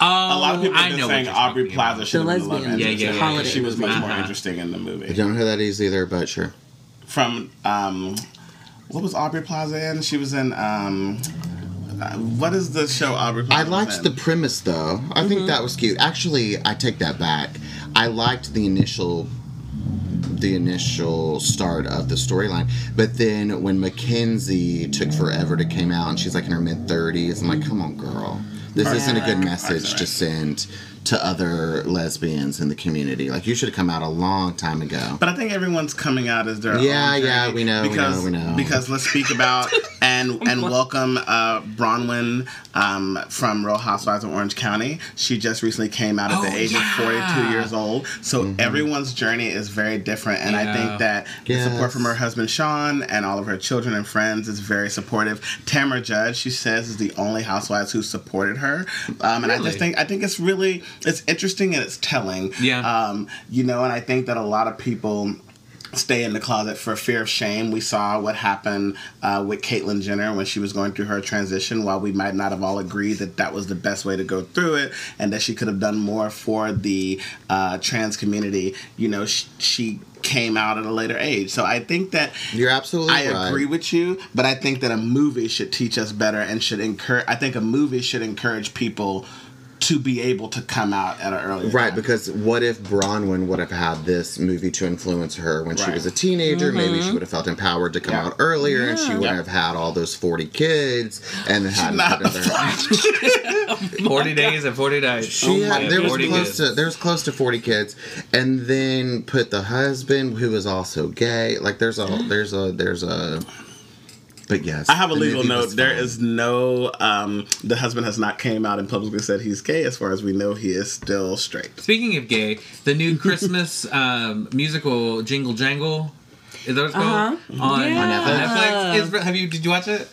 Speaker 1: Oh,
Speaker 4: A lot of people
Speaker 1: I
Speaker 4: have
Speaker 1: know
Speaker 4: been
Speaker 1: what
Speaker 4: saying
Speaker 1: you're
Speaker 4: Aubrey
Speaker 1: talking about.
Speaker 4: Plaza should have been the love
Speaker 2: lesbian.
Speaker 4: interest.
Speaker 2: Yeah,
Speaker 1: yeah,
Speaker 4: because
Speaker 1: yeah, yeah.
Speaker 4: She was much more
Speaker 1: Uh-huh.
Speaker 4: interesting in the
Speaker 3: I
Speaker 4: movie.
Speaker 3: don't know who that is either, but sure.
Speaker 4: From um, what was Aubrey Plaza in? She was in um, uh, what is the show Aubrey?
Speaker 3: I
Speaker 4: Plaza was
Speaker 3: liked
Speaker 4: in?
Speaker 3: the premise though. I think that was cute. Actually, I take that back. I liked the initial the initial start of the storyline, but then when Mackenzie took forever to came out and she's like in her mid 30s, I'm like, "Come on, girl. This isn't a good message to send to other lesbians in the community. Like you should have come out a long time ago."
Speaker 4: But I think everyone's coming out as their
Speaker 3: Yeah,
Speaker 4: own journey
Speaker 3: yeah, we know, we
Speaker 4: because
Speaker 3: know, we know.
Speaker 4: because let's speak about and and welcome uh, Bronwyn um, from Real Housewives of Orange County. She just recently came out at
Speaker 1: Oh,
Speaker 4: the age
Speaker 1: yeah.
Speaker 4: of forty two years old. So
Speaker 3: Mm-hmm.
Speaker 4: everyone's journey is very different, and I
Speaker 1: Yeah.
Speaker 4: think that the support
Speaker 3: Yes.
Speaker 4: from her husband Sean and all of her children and friends is very supportive. Tamara Judge, she says, is the only housewives who supported her, um, and I
Speaker 1: Really?
Speaker 4: just think I think it's really it's interesting and it's telling.
Speaker 1: Yeah.
Speaker 4: Um, you know, and I think that a lot of people stay in the closet for fear of shame. We saw what happened uh, with Caitlyn Jenner when she was going through her transition. While we might not have all agreed that that was the best way to go through it, and that she could have done more for the uh, trans community, you know, sh- she came out at a later age. So I think that
Speaker 3: You're absolutely
Speaker 4: I
Speaker 3: right.
Speaker 4: agree with you, but I think that a movie should teach us better and should encourage. I think a movie should encourage people to be able to come out at an early
Speaker 3: Right, because what if Bronwyn would have had this movie to influence her when she
Speaker 4: Right. Mm-hmm.
Speaker 3: was a teenager? Maybe she would have felt empowered to come
Speaker 4: Yeah.
Speaker 3: out earlier, and she wouldn't
Speaker 4: Yeah.
Speaker 3: have had all those forty kids and then had
Speaker 4: not
Speaker 3: another.
Speaker 1: Forty days and forty days.
Speaker 3: She
Speaker 1: Oh my
Speaker 3: had, there was
Speaker 1: 40
Speaker 3: close
Speaker 1: kids.
Speaker 3: to there was close to forty kids, and then put the husband who was also gay. Like there's a there's a there's a. But yes,
Speaker 4: I have a
Speaker 3: the
Speaker 4: legal
Speaker 3: movie
Speaker 4: note.
Speaker 3: was
Speaker 4: There
Speaker 3: fine.
Speaker 4: is no um, the husband has not came out and publicly said he's gay. As far as we know, he is still straight.
Speaker 1: Speaking of gay, the new Christmas um, musical Jingle Jangle is that what it's called
Speaker 2: Uh-huh.
Speaker 1: on,
Speaker 2: Yeah.
Speaker 1: on Netflix. Is, have you did you watch it?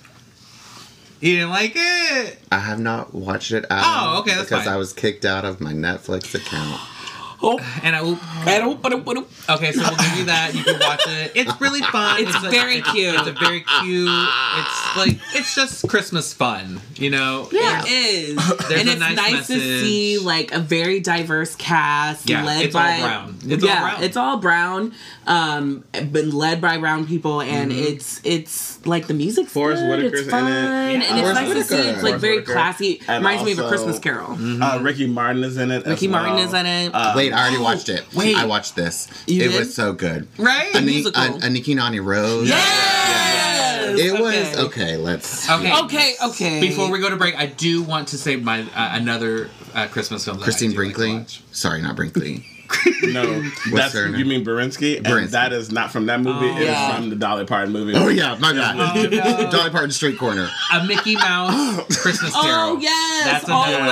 Speaker 1: You didn't like it.
Speaker 3: I have not watched it. At
Speaker 1: Oh,
Speaker 3: all
Speaker 1: okay, that's
Speaker 3: because
Speaker 1: fine.
Speaker 3: I was kicked out of my Netflix account.
Speaker 2: Oh,
Speaker 1: And I will.
Speaker 2: I don't- but- but-
Speaker 1: Okay, so we'll give you that. You can watch it. It's really fun.
Speaker 2: It's
Speaker 1: a-
Speaker 2: very cute.
Speaker 1: It's a very cute. It's like it's just Christmas fun, you know.
Speaker 2: Yeah,
Speaker 1: It's-
Speaker 2: it is.
Speaker 1: There's
Speaker 2: and
Speaker 1: a
Speaker 2: it's
Speaker 1: nice
Speaker 2: nice, to
Speaker 1: message.
Speaker 2: see like a very diverse cast
Speaker 1: Yeah,
Speaker 2: led
Speaker 1: it's all
Speaker 2: by
Speaker 1: brown. It's all
Speaker 2: yeah,
Speaker 1: brown.
Speaker 2: it's all brown. Um, been led by brown people, and
Speaker 1: Mm-hmm.
Speaker 2: it's it's like the music's
Speaker 4: Forrest
Speaker 2: good,
Speaker 4: Whitaker's
Speaker 2: it's
Speaker 4: in
Speaker 2: fun,
Speaker 4: it.
Speaker 2: and
Speaker 4: Yeah.
Speaker 2: it's
Speaker 3: Forrest
Speaker 2: nice to see
Speaker 3: Whitaker.
Speaker 2: it's like
Speaker 4: Forrest
Speaker 2: very
Speaker 4: Whitaker.
Speaker 2: classy.
Speaker 4: And
Speaker 2: Reminds me of a
Speaker 4: also-
Speaker 2: Christmas Carol.
Speaker 4: Uh, Ricky Martin is in it.
Speaker 2: Mm-hmm. Ricky
Speaker 4: as
Speaker 2: Martin
Speaker 4: well. Uh,
Speaker 2: is in it.
Speaker 3: Wait, I already watched it.
Speaker 2: wait.
Speaker 3: I watched this.
Speaker 2: You
Speaker 3: it
Speaker 2: did?
Speaker 3: was so good.
Speaker 1: Right?
Speaker 3: A, Ni-
Speaker 2: musical.
Speaker 3: a, a Nicki Nani Rose.
Speaker 2: yes,
Speaker 3: It was okay. Let's.
Speaker 1: Okay.
Speaker 2: Okay, okay.
Speaker 1: Before we go to break, I do want to say my uh, another uh, Christmas film. That
Speaker 3: Christine
Speaker 1: I do like to
Speaker 3: Brinkley.
Speaker 1: watch.
Speaker 3: Sorry, not Brinkley.
Speaker 4: No, that's
Speaker 3: her name?
Speaker 4: you mean Berensky, and
Speaker 3: Berensky.
Speaker 4: that is not from that movie.
Speaker 1: Oh.
Speaker 4: it is
Speaker 2: Yeah.
Speaker 4: from the Dolly Parton movie.
Speaker 3: Oh yeah, my bad.
Speaker 1: Oh, no.
Speaker 3: Dolly Parton Street Corner.
Speaker 1: a Mickey Mouse Christmas Carol.
Speaker 2: Oh yes,
Speaker 1: That's another one.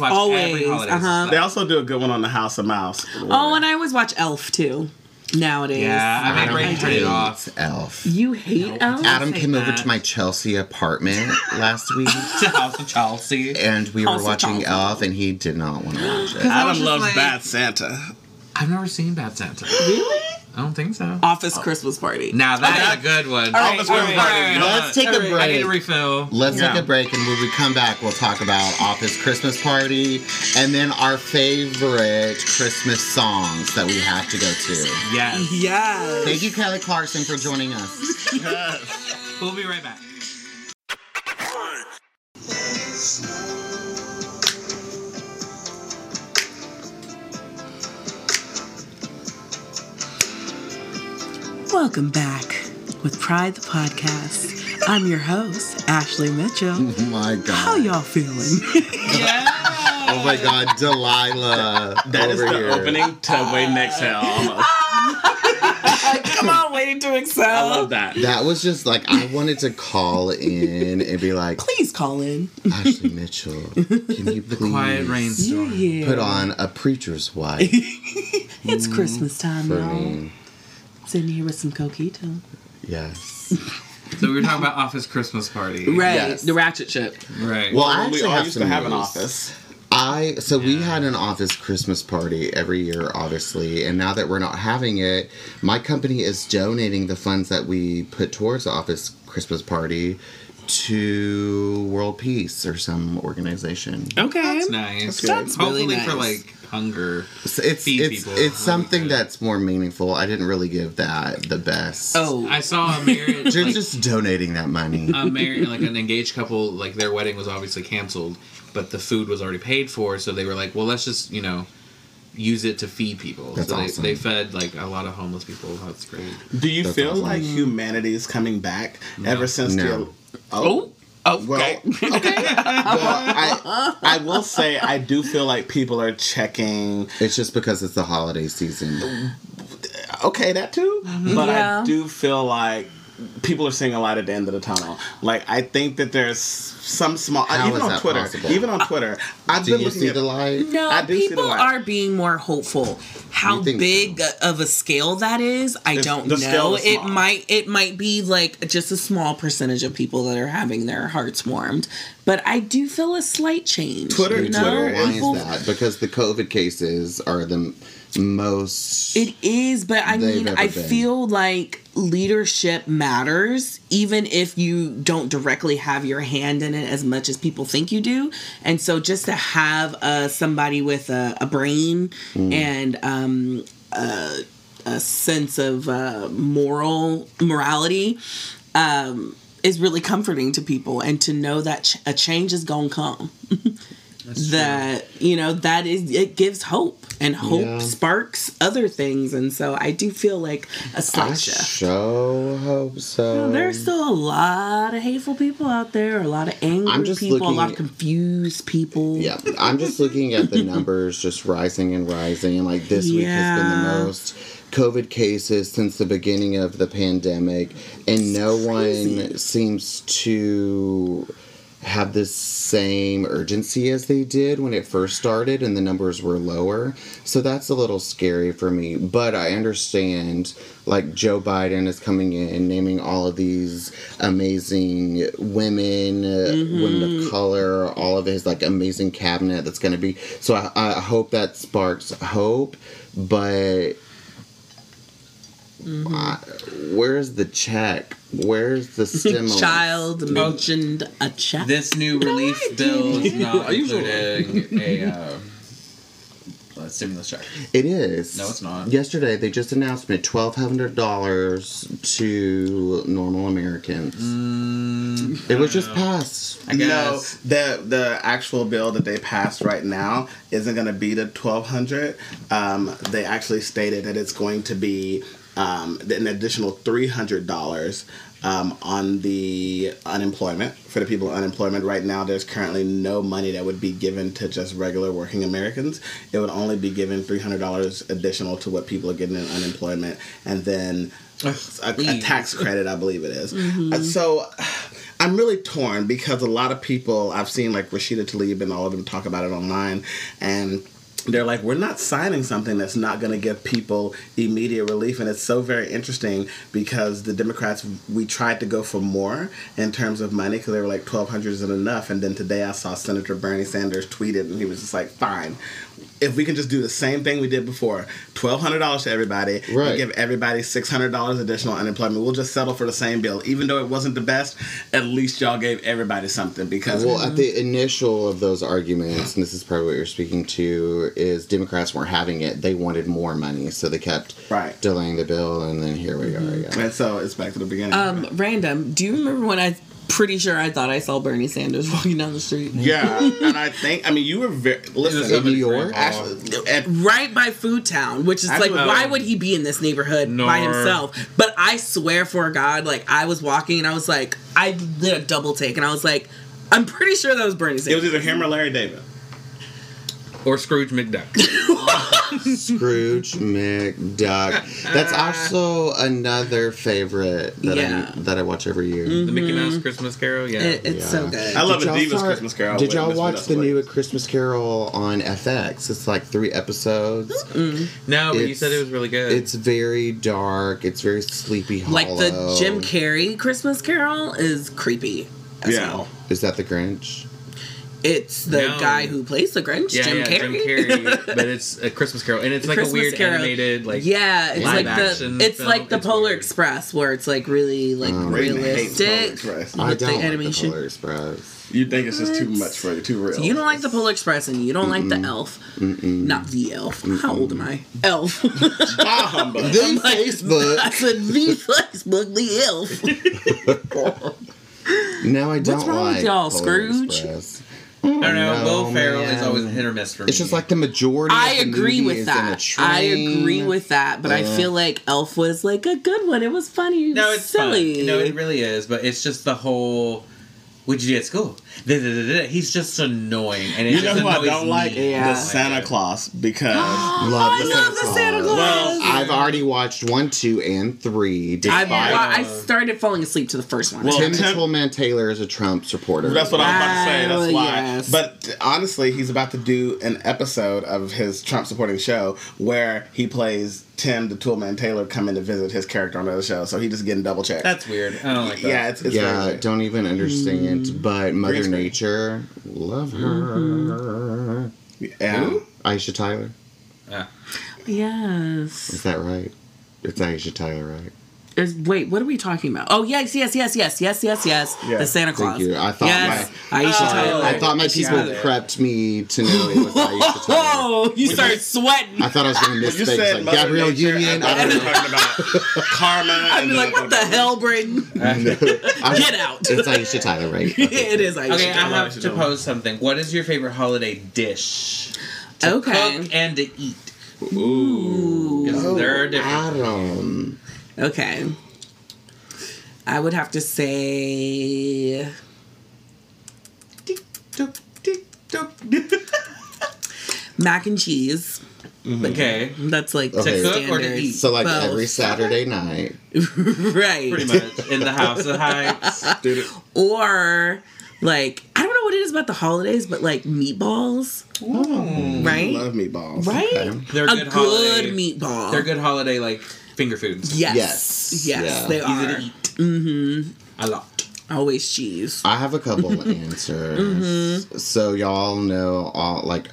Speaker 1: Always watch every holiday.
Speaker 2: Uh-huh.
Speaker 4: They also do a good one on the House of Mouse.
Speaker 2: Oh, and I always watch Elf too. Nowadays,
Speaker 1: Yeah, I made Ray turn it off.
Speaker 3: Elf.
Speaker 2: you hate Elf.
Speaker 3: Adam
Speaker 1: say
Speaker 3: came over
Speaker 1: that.
Speaker 3: to my Chelsea apartment last week,
Speaker 1: To House of Chelsea.
Speaker 3: and we were
Speaker 2: Also
Speaker 3: watching
Speaker 2: Chelsea.
Speaker 3: Elf, and he did not want to watch
Speaker 1: I was
Speaker 3: it.
Speaker 4: Adam
Speaker 1: just
Speaker 4: loves
Speaker 1: like-
Speaker 4: Bad Santa.
Speaker 1: I've never seen Bad Santa.
Speaker 2: Really?
Speaker 1: I don't think so.
Speaker 2: Office Christmas party.
Speaker 1: Now that's a good one.
Speaker 2: All right,
Speaker 4: Elvis
Speaker 2: all
Speaker 4: was
Speaker 2: right.
Speaker 4: part of
Speaker 1: Alright,
Speaker 4: the-
Speaker 1: hold
Speaker 3: Let's
Speaker 1: on.
Speaker 3: take a
Speaker 1: I need
Speaker 3: break.
Speaker 1: a refill.
Speaker 3: Let's
Speaker 4: Yeah.
Speaker 3: take a break, and when we come back, we'll talk about Office Christmas Party and then our favorite Christmas songs that we have to go to.
Speaker 1: Yes.
Speaker 2: Yes.
Speaker 3: Thank you, Kelly Clarkson, for joining us.
Speaker 1: We'll be right back.
Speaker 2: Welcome back with Pride the Podcast. I'm your host, Ashley Mitchell.
Speaker 3: Oh my god.
Speaker 2: How y'all feeling?
Speaker 1: Yeah.
Speaker 3: Oh my god, Delilah.
Speaker 4: That is
Speaker 3: over
Speaker 4: the
Speaker 3: here.
Speaker 2: Uh,
Speaker 4: opening to Way Next Hell. Almost.
Speaker 2: I'm all waiting to excel.
Speaker 1: I love that.
Speaker 3: That was just like I wanted to call in and be like,
Speaker 2: Please call in.
Speaker 3: Ashley Mitchell, can you please
Speaker 1: Quiet rainstorm.
Speaker 2: Yeah.
Speaker 3: put on a preacher's wife
Speaker 2: It's Christmas time,
Speaker 3: for
Speaker 2: y'all.
Speaker 3: me?
Speaker 2: Sitting here with some coquito.
Speaker 3: Yes.
Speaker 1: So we were talking about office Christmas party.
Speaker 2: Right.
Speaker 4: Yes.
Speaker 2: The ratchet ship.
Speaker 1: Right.
Speaker 3: Well, I
Speaker 4: Well,
Speaker 3: actually
Speaker 4: we all
Speaker 3: have
Speaker 4: used
Speaker 3: some
Speaker 4: to have an
Speaker 3: news.
Speaker 4: office.
Speaker 3: I so we had an office Christmas party every year, obviously, and now that we're not having it, my company is donating the funds that we put towards the office Christmas party to World Peace or some organization.
Speaker 2: Okay.
Speaker 1: that's nice.
Speaker 2: That's really
Speaker 1: Hopefully for
Speaker 2: nice.
Speaker 1: like hunger.
Speaker 3: So it's
Speaker 1: Feed
Speaker 3: it's
Speaker 1: people.
Speaker 3: it's something that's more meaningful. I didn't really give that the best.
Speaker 2: Oh,
Speaker 1: I saw a marriage.
Speaker 3: They're
Speaker 1: like,
Speaker 3: just donating that money.
Speaker 4: Um,
Speaker 1: a married like an engaged couple like their wedding was obviously canceled but the food was already paid for so they were like well let's just you know use it to feed people
Speaker 3: That's
Speaker 1: so
Speaker 3: awesome.
Speaker 1: they, they fed like a lot of homeless people that's great
Speaker 4: Do you
Speaker 3: That's
Speaker 4: feel
Speaker 3: awesome.
Speaker 4: like humanity is coming back ever since
Speaker 3: No.
Speaker 4: the?
Speaker 2: Oh, okay.
Speaker 4: Well, okay. Well, I, I will say I do feel like people are checking.
Speaker 3: It's just because it's the holiday season.
Speaker 4: Okay, that too. But
Speaker 2: Yeah.
Speaker 4: I do feel like people are seeing a light at the end of the tunnel. Like I think that there's some small
Speaker 3: How
Speaker 4: even
Speaker 3: is
Speaker 4: on
Speaker 3: that
Speaker 4: Twitter.
Speaker 3: possible?
Speaker 4: Even on Twitter, I've
Speaker 3: Do
Speaker 4: been
Speaker 3: you
Speaker 4: looking
Speaker 3: see
Speaker 4: at
Speaker 3: the light?
Speaker 2: No,
Speaker 4: I do see the
Speaker 2: people
Speaker 4: light.
Speaker 2: are being more hopeful. How
Speaker 3: You think
Speaker 2: big of a scale that is, I
Speaker 4: It's-
Speaker 2: don't
Speaker 4: the scale
Speaker 2: know.
Speaker 4: is
Speaker 2: It
Speaker 4: small.
Speaker 2: might it might be like just a small percentage of people that are having their hearts warmed, but I do feel a slight change.
Speaker 4: Twitter-
Speaker 2: you know?
Speaker 3: Twitter, why
Speaker 2: People-
Speaker 3: is that? Because the COVID cases are the m- most.
Speaker 2: It is, but I
Speaker 3: They've
Speaker 2: mean,
Speaker 3: ever
Speaker 2: I
Speaker 3: been.
Speaker 2: feel like leadership matters, even if you don't directly have your hand in it as much as people think you do. And so, just to have uh, somebody with a, a brain
Speaker 3: Mm.
Speaker 2: and um, a, a sense of uh, moral morality um, is really comforting to people, and to know that ch- a change is gonna come that you know that is it gives hope and hope
Speaker 3: Yeah.
Speaker 2: sparks other things and so i do feel like a
Speaker 3: I
Speaker 2: slight shift
Speaker 3: so hope so.
Speaker 2: there's still a lot of hateful people out there a lot of angry
Speaker 3: I'm just
Speaker 2: people a lot of
Speaker 3: looking-
Speaker 2: confused people
Speaker 3: yeah, I'm just looking at the numbers just rising and rising. And like this week has been
Speaker 2: Yeah.
Speaker 3: the most COVID cases since the beginning of the pandemic. And no one seems to have the same urgency as they did when it first started and the numbers were lower. So that's a little scary for me. But I understand like Joe Biden is coming in naming all of these amazing women, uh women of color, all of his like amazing cabinet that's going to be. So I, I hope that sparks hope, but I- where's the check? Where's the stimulus?
Speaker 2: child mentioned a check
Speaker 1: this new relief bill is not including a, uh, a stimulus check
Speaker 3: It is.
Speaker 1: No, it's not.
Speaker 3: Yesterday, they just announced me twelve hundred dollars to normal Americans. it was just passed.
Speaker 1: Mm, I guess.
Speaker 4: No, the the actual bill that they passed right now isn't going to be the twelve hundred. Um, they actually stated that it's going to be um, an additional three hundred dollars um, on the unemployment for the people on unemployment. Right now, there's currently no money that would be given to just regular working Americans. It would only be given three hundred dollars additional to what people are getting in unemployment, and then a, a
Speaker 1: please. Mm-hmm.
Speaker 4: tax credit, I believe it is. Uh, So I'm really torn because a lot of people I've seen, like Rashida Tlaib and all of them, talk about it online, and they're like, we're not signing something that's not going to give people immediate relief. And it's so very interesting because the Democrats, we tried to go for more in terms of money because they were like 1200 isn't enough. And then today I saw Senator Bernie Sanders tweeted and he was just like, fine. If we can just do the same thing we did before, twelve hundred dollars to everybody, and
Speaker 3: Right.
Speaker 4: give everybody six hundred dollars additional unemployment. We'll just settle for the same bill, even though it wasn't the best. At least y'all gave everybody something because
Speaker 3: Well, at the initial of those arguments, and this is probably what you're speaking to, is Democrats weren't having it. They wanted more money, so they kept
Speaker 4: Right.
Speaker 3: delaying the bill, and then here we
Speaker 1: Mm-hmm.
Speaker 3: are again.
Speaker 4: and so it's back to the beginning.
Speaker 2: um random do you remember when i pretty sure i thought i saw bernie sanders walking down the street
Speaker 4: yeah, and I think I mean you were very
Speaker 1: It was
Speaker 4: listen.
Speaker 3: In New
Speaker 1: somebody
Speaker 3: York,
Speaker 1: from-
Speaker 4: Actually, at,
Speaker 2: right by Food Town, which is
Speaker 4: I
Speaker 2: like,
Speaker 4: don't
Speaker 2: why
Speaker 1: know.
Speaker 2: would he be in this neighborhood by
Speaker 1: Nor-
Speaker 2: himself? But I swear for God, like I was walking and I was like, I did a double take and I was like, I'm pretty sure that was Bernie
Speaker 4: it was
Speaker 2: Sanders.
Speaker 4: either him or Larry David.
Speaker 1: or Scrooge McDuck
Speaker 3: Scrooge McDuck. That's also another favorite that
Speaker 2: Yeah. Mm-hmm.
Speaker 3: I that I watch every year.
Speaker 1: The Mickey Mouse Christmas Carol, yeah.
Speaker 2: It, it's so
Speaker 3: Yeah.
Speaker 2: good.
Speaker 4: I love a
Speaker 3: y'all
Speaker 4: Divas
Speaker 3: start-
Speaker 4: Christmas Carol.
Speaker 3: Did
Speaker 4: with
Speaker 3: y'all
Speaker 4: Miss
Speaker 3: watch
Speaker 4: Vanessa
Speaker 3: the
Speaker 4: Williams.
Speaker 3: new Christmas Carol on FX? It's like three episodes.
Speaker 2: Mm-hmm.
Speaker 1: no, but you
Speaker 3: it's-
Speaker 1: said it was really good.
Speaker 3: It's very dark. It's very sleepy hollow.
Speaker 2: Like the Jim Carrey Christmas Carol is creepy as
Speaker 4: Yeah.
Speaker 2: hell.
Speaker 3: Is that the Grinch?
Speaker 2: It's the
Speaker 1: No.
Speaker 2: guy who plays the Grinch,
Speaker 1: yeah,
Speaker 2: Jim
Speaker 1: yeah,
Speaker 2: Carrey.
Speaker 1: Jim Carrey, but it's a Christmas Carol, and it's like
Speaker 2: Christmas
Speaker 1: a weird
Speaker 2: Carol.
Speaker 1: animated, like
Speaker 2: yeah, it's
Speaker 1: live
Speaker 2: like
Speaker 1: action
Speaker 2: the it's
Speaker 1: film.
Speaker 2: like the
Speaker 1: It's
Speaker 2: Polar
Speaker 1: weird.
Speaker 2: Express where it's like really like
Speaker 4: Raven hates Polar
Speaker 2: realistic.
Speaker 4: Express.
Speaker 3: Mm. I
Speaker 2: With the
Speaker 3: don't like the
Speaker 2: animation.
Speaker 3: Polar Express.
Speaker 4: You think it's just too much for you, too real.
Speaker 2: You don't like the Polar Express and you don't like the elf. Not the elf. How old am I? Elf.
Speaker 4: Ah, humbug.
Speaker 3: Then
Speaker 2: like- I
Speaker 3: Facebook.
Speaker 2: said the Facebook, the elf.
Speaker 3: No, I don't
Speaker 2: wrong with
Speaker 3: like
Speaker 2: y'all,
Speaker 3: Polar
Speaker 2: Scrooge?
Speaker 3: Express.
Speaker 1: I don't know.
Speaker 3: Oh, No,
Speaker 1: Will Ferrell is
Speaker 3: man.
Speaker 1: always hit or miss for me.
Speaker 3: It's just like the majority.
Speaker 2: I
Speaker 3: of the
Speaker 2: agree
Speaker 3: movie
Speaker 2: with
Speaker 3: is In a
Speaker 2: that.
Speaker 3: train. Uh.
Speaker 2: I agree with that, but I feel like Elf was like a good one. It was funny. It
Speaker 1: no,
Speaker 2: was
Speaker 1: it's
Speaker 2: silly.
Speaker 1: silly. No, it really is, but it's just the whole. What'd you do at school? Da, da, da, da. He's just annoying, and it
Speaker 4: You know
Speaker 1: just
Speaker 4: who I
Speaker 1: annoys
Speaker 4: don't
Speaker 1: me.
Speaker 4: like?
Speaker 2: Yeah.
Speaker 4: The Santa Claus because
Speaker 3: Love
Speaker 2: I love the Santa Claus.
Speaker 4: Well,
Speaker 3: I've already watched one, two, and three.
Speaker 2: I,
Speaker 3: Despite
Speaker 2: I started falling asleep to the first one.
Speaker 4: Well,
Speaker 3: Tim
Speaker 4: Tim-
Speaker 3: Tillman Taylor is a Trump supporter.
Speaker 4: that's what I'm about to say.
Speaker 2: Wow,
Speaker 4: That's why.
Speaker 2: yes.
Speaker 4: But honestly, he's about to do an episode of his Trump supporting show where he plays Tim the Toolman Taylor coming to visit his character on the other show. So he just getting double checked.
Speaker 1: That's weird. I don't like that.
Speaker 4: yeah, it's, it's
Speaker 3: yeah,
Speaker 4: very weird.
Speaker 3: don't even understand.
Speaker 2: Mm.
Speaker 3: But Mother
Speaker 4: Greenspan.
Speaker 3: Nature, love her.
Speaker 2: Mm-hmm.
Speaker 4: Yeah.
Speaker 3: Aisha Tyler,
Speaker 1: Yeah.
Speaker 2: yes.
Speaker 3: is that right? It's Aisha Tyler, right?
Speaker 2: There's- wait, what are we talking about? Oh yes, yes, yes, yes, yes, yes, yes.
Speaker 4: Yeah.
Speaker 2: The Santa Claus.
Speaker 3: you. I thought
Speaker 2: yes,
Speaker 3: my-
Speaker 2: Aisha
Speaker 1: Oh.
Speaker 2: Tyler.
Speaker 3: I thought my
Speaker 1: She's
Speaker 3: people
Speaker 1: got it.
Speaker 3: prepped me to know it was Aisha Tyler.
Speaker 2: Oh, you start sweating.
Speaker 3: I thought I was going to miss
Speaker 4: You
Speaker 3: things
Speaker 4: said
Speaker 3: like
Speaker 4: Mother
Speaker 3: Gabrielle
Speaker 4: Nature,
Speaker 3: Union.
Speaker 4: I
Speaker 3: I
Speaker 4: thought
Speaker 3: don't
Speaker 4: you
Speaker 3: know.
Speaker 4: were talking about karma.
Speaker 2: I'd be like, what the hell, Braden?
Speaker 3: I-
Speaker 2: Get out.
Speaker 3: It's Aisha Tyler, right? Okay.
Speaker 2: it is Aisha.
Speaker 1: Okay, I
Speaker 2: Tyler.
Speaker 1: have to pose something. What is your favorite holiday dish?
Speaker 2: Okay.
Speaker 1: Cook and to eat.
Speaker 4: Ooh.
Speaker 1: Because there are different.
Speaker 3: Adam.
Speaker 2: Okay. I would have to say mac and cheese.
Speaker 1: Okay.
Speaker 2: That's like
Speaker 3: Okay.
Speaker 1: To
Speaker 2: the
Speaker 1: cook or to
Speaker 2: standard.
Speaker 1: eat?
Speaker 3: So like
Speaker 2: Both.
Speaker 3: every Saturday night,
Speaker 2: right.
Speaker 1: Pretty much. In the house of heights.
Speaker 4: Dude,
Speaker 2: Or like I don't know what it is about the holidays, but like meatballs.
Speaker 1: Mm-hmm.
Speaker 2: Right?
Speaker 3: Mm,
Speaker 4: love meatballs.
Speaker 2: right?
Speaker 3: okay.
Speaker 1: They're
Speaker 2: A
Speaker 1: good
Speaker 2: good
Speaker 1: holiday.
Speaker 2: meatball.
Speaker 1: They're good holiday like finger foods.
Speaker 2: Yes. Yes,
Speaker 3: Yes. Yeah.
Speaker 2: they
Speaker 1: Easy
Speaker 2: are.
Speaker 1: to eat. Mm-hmm. A lot.
Speaker 2: Always cheese.
Speaker 3: I have a couple answers. So y'all know all like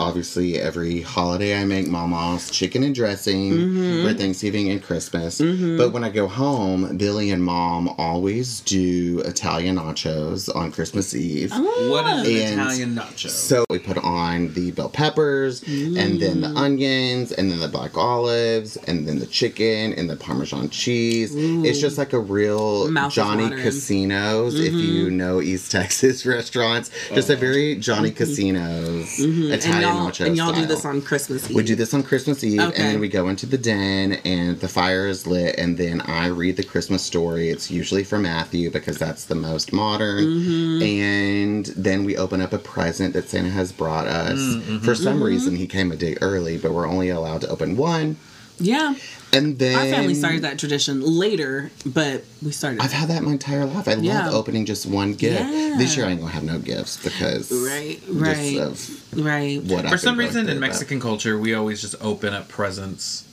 Speaker 3: obviously every holiday I make mama's chicken and dressing for Thanksgiving and Christmas. But when I go home, Billy and mom always do Italian nachos on Christmas Eve.
Speaker 2: Ah.
Speaker 1: What is an
Speaker 3: And
Speaker 1: Italian nacho?
Speaker 3: So we put on the bell peppers and
Speaker 2: Mm.
Speaker 3: then the onions and then the black olives and then the chicken and the parmesan cheese. It's just like a real
Speaker 2: Mouth is
Speaker 3: Johnny
Speaker 2: watering. Mm-hmm.
Speaker 3: Casinos, if you know East Texas restaurants. Just a very Johnny Casinos
Speaker 2: Mm-hmm. and
Speaker 3: Italian
Speaker 2: y'all
Speaker 3: nacho
Speaker 2: and y'all do
Speaker 3: style.
Speaker 2: this on Christmas Eve.
Speaker 3: We do this on Christmas Eve,
Speaker 2: Okay.
Speaker 3: and then we go into the den, and the fire is lit, and then I read the Christmas story. It's usually from Matthew because that's the most modern.
Speaker 2: Mm-hmm.
Speaker 3: And then we open up a present that Santa has brought us.
Speaker 2: Mm, mm-hmm.
Speaker 3: For some reason, he came a day early, but we're only allowed to open one.
Speaker 2: Yeah.
Speaker 3: And then
Speaker 2: Our family started that tradition later, but we started.
Speaker 3: I've had that my entire life. I
Speaker 2: Yeah.
Speaker 3: love opening just one gift.
Speaker 2: Yeah.
Speaker 3: This year I ain't gonna have no gifts because
Speaker 2: Right,
Speaker 3: just
Speaker 2: right.
Speaker 3: of
Speaker 2: right.
Speaker 3: what
Speaker 1: For some reason in Mexican culture, we always just open up presents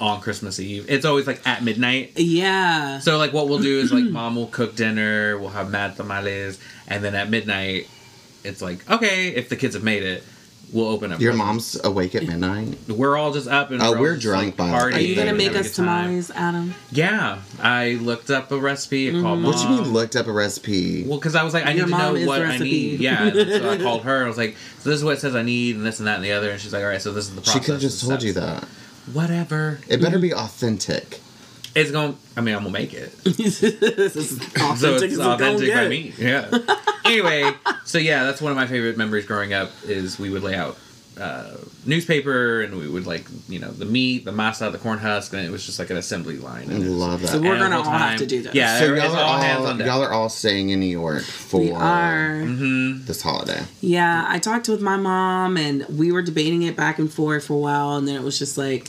Speaker 1: on Christmas Eve. It's always like at midnight.
Speaker 2: Yeah.
Speaker 1: So like what we'll do is like mom will cook dinner, we'll have mad tamales, and then at midnight, it's like okay, if the kids have made it, we'll open up.
Speaker 3: Your
Speaker 1: presents.
Speaker 3: mom's awake at midnight.
Speaker 1: We're all just up and
Speaker 3: Oh,
Speaker 1: all
Speaker 3: we're
Speaker 1: just,
Speaker 3: drunk by the
Speaker 1: partying
Speaker 2: Are you gonna
Speaker 1: and
Speaker 2: make
Speaker 1: having a
Speaker 2: us
Speaker 1: good time.
Speaker 2: tamales, Adam?
Speaker 1: Yeah, I looked up a recipe. I called mom.
Speaker 3: What
Speaker 2: Uh,
Speaker 3: you mean looked up a recipe?
Speaker 1: Well, because I was like, I
Speaker 2: Mm. Your
Speaker 1: need to
Speaker 2: mom
Speaker 1: know
Speaker 2: is
Speaker 1: what
Speaker 2: the
Speaker 1: I
Speaker 2: recipe.
Speaker 1: need. Yeah, and so I called her. I was like, so this is what it says I need, and this and that and the other. And she's like, all right, so this is the
Speaker 3: she
Speaker 1: process.
Speaker 3: could have just
Speaker 1: and
Speaker 3: told you
Speaker 1: steps."
Speaker 3: that.
Speaker 1: Whatever.
Speaker 3: It better be authentic.
Speaker 1: It's going. to I mean, I'm gonna make it.
Speaker 2: this is authentic.
Speaker 1: so
Speaker 2: as
Speaker 1: it's
Speaker 2: it gonna
Speaker 1: authentic by
Speaker 2: get.
Speaker 1: me. Yeah. anyway, so yeah, that's one of my favorite memories growing up is we would lay out uh, newspaper, and we would like you know the meat, the masa, the corn husk, and it was just like an assembly line. And it was-
Speaker 3: Love that.
Speaker 2: So we're
Speaker 1: and the
Speaker 2: gonna
Speaker 1: whole
Speaker 2: all have
Speaker 1: time-
Speaker 2: to do this.
Speaker 1: Yeah,
Speaker 3: So
Speaker 1: it's
Speaker 3: y'all are
Speaker 1: all
Speaker 3: all,
Speaker 1: hands on deck.
Speaker 3: y'all are all staying in New York for
Speaker 2: We are.
Speaker 3: this holiday.
Speaker 2: Yeah, I talked with my mom and we were debating it back and forth for a while and then it was just like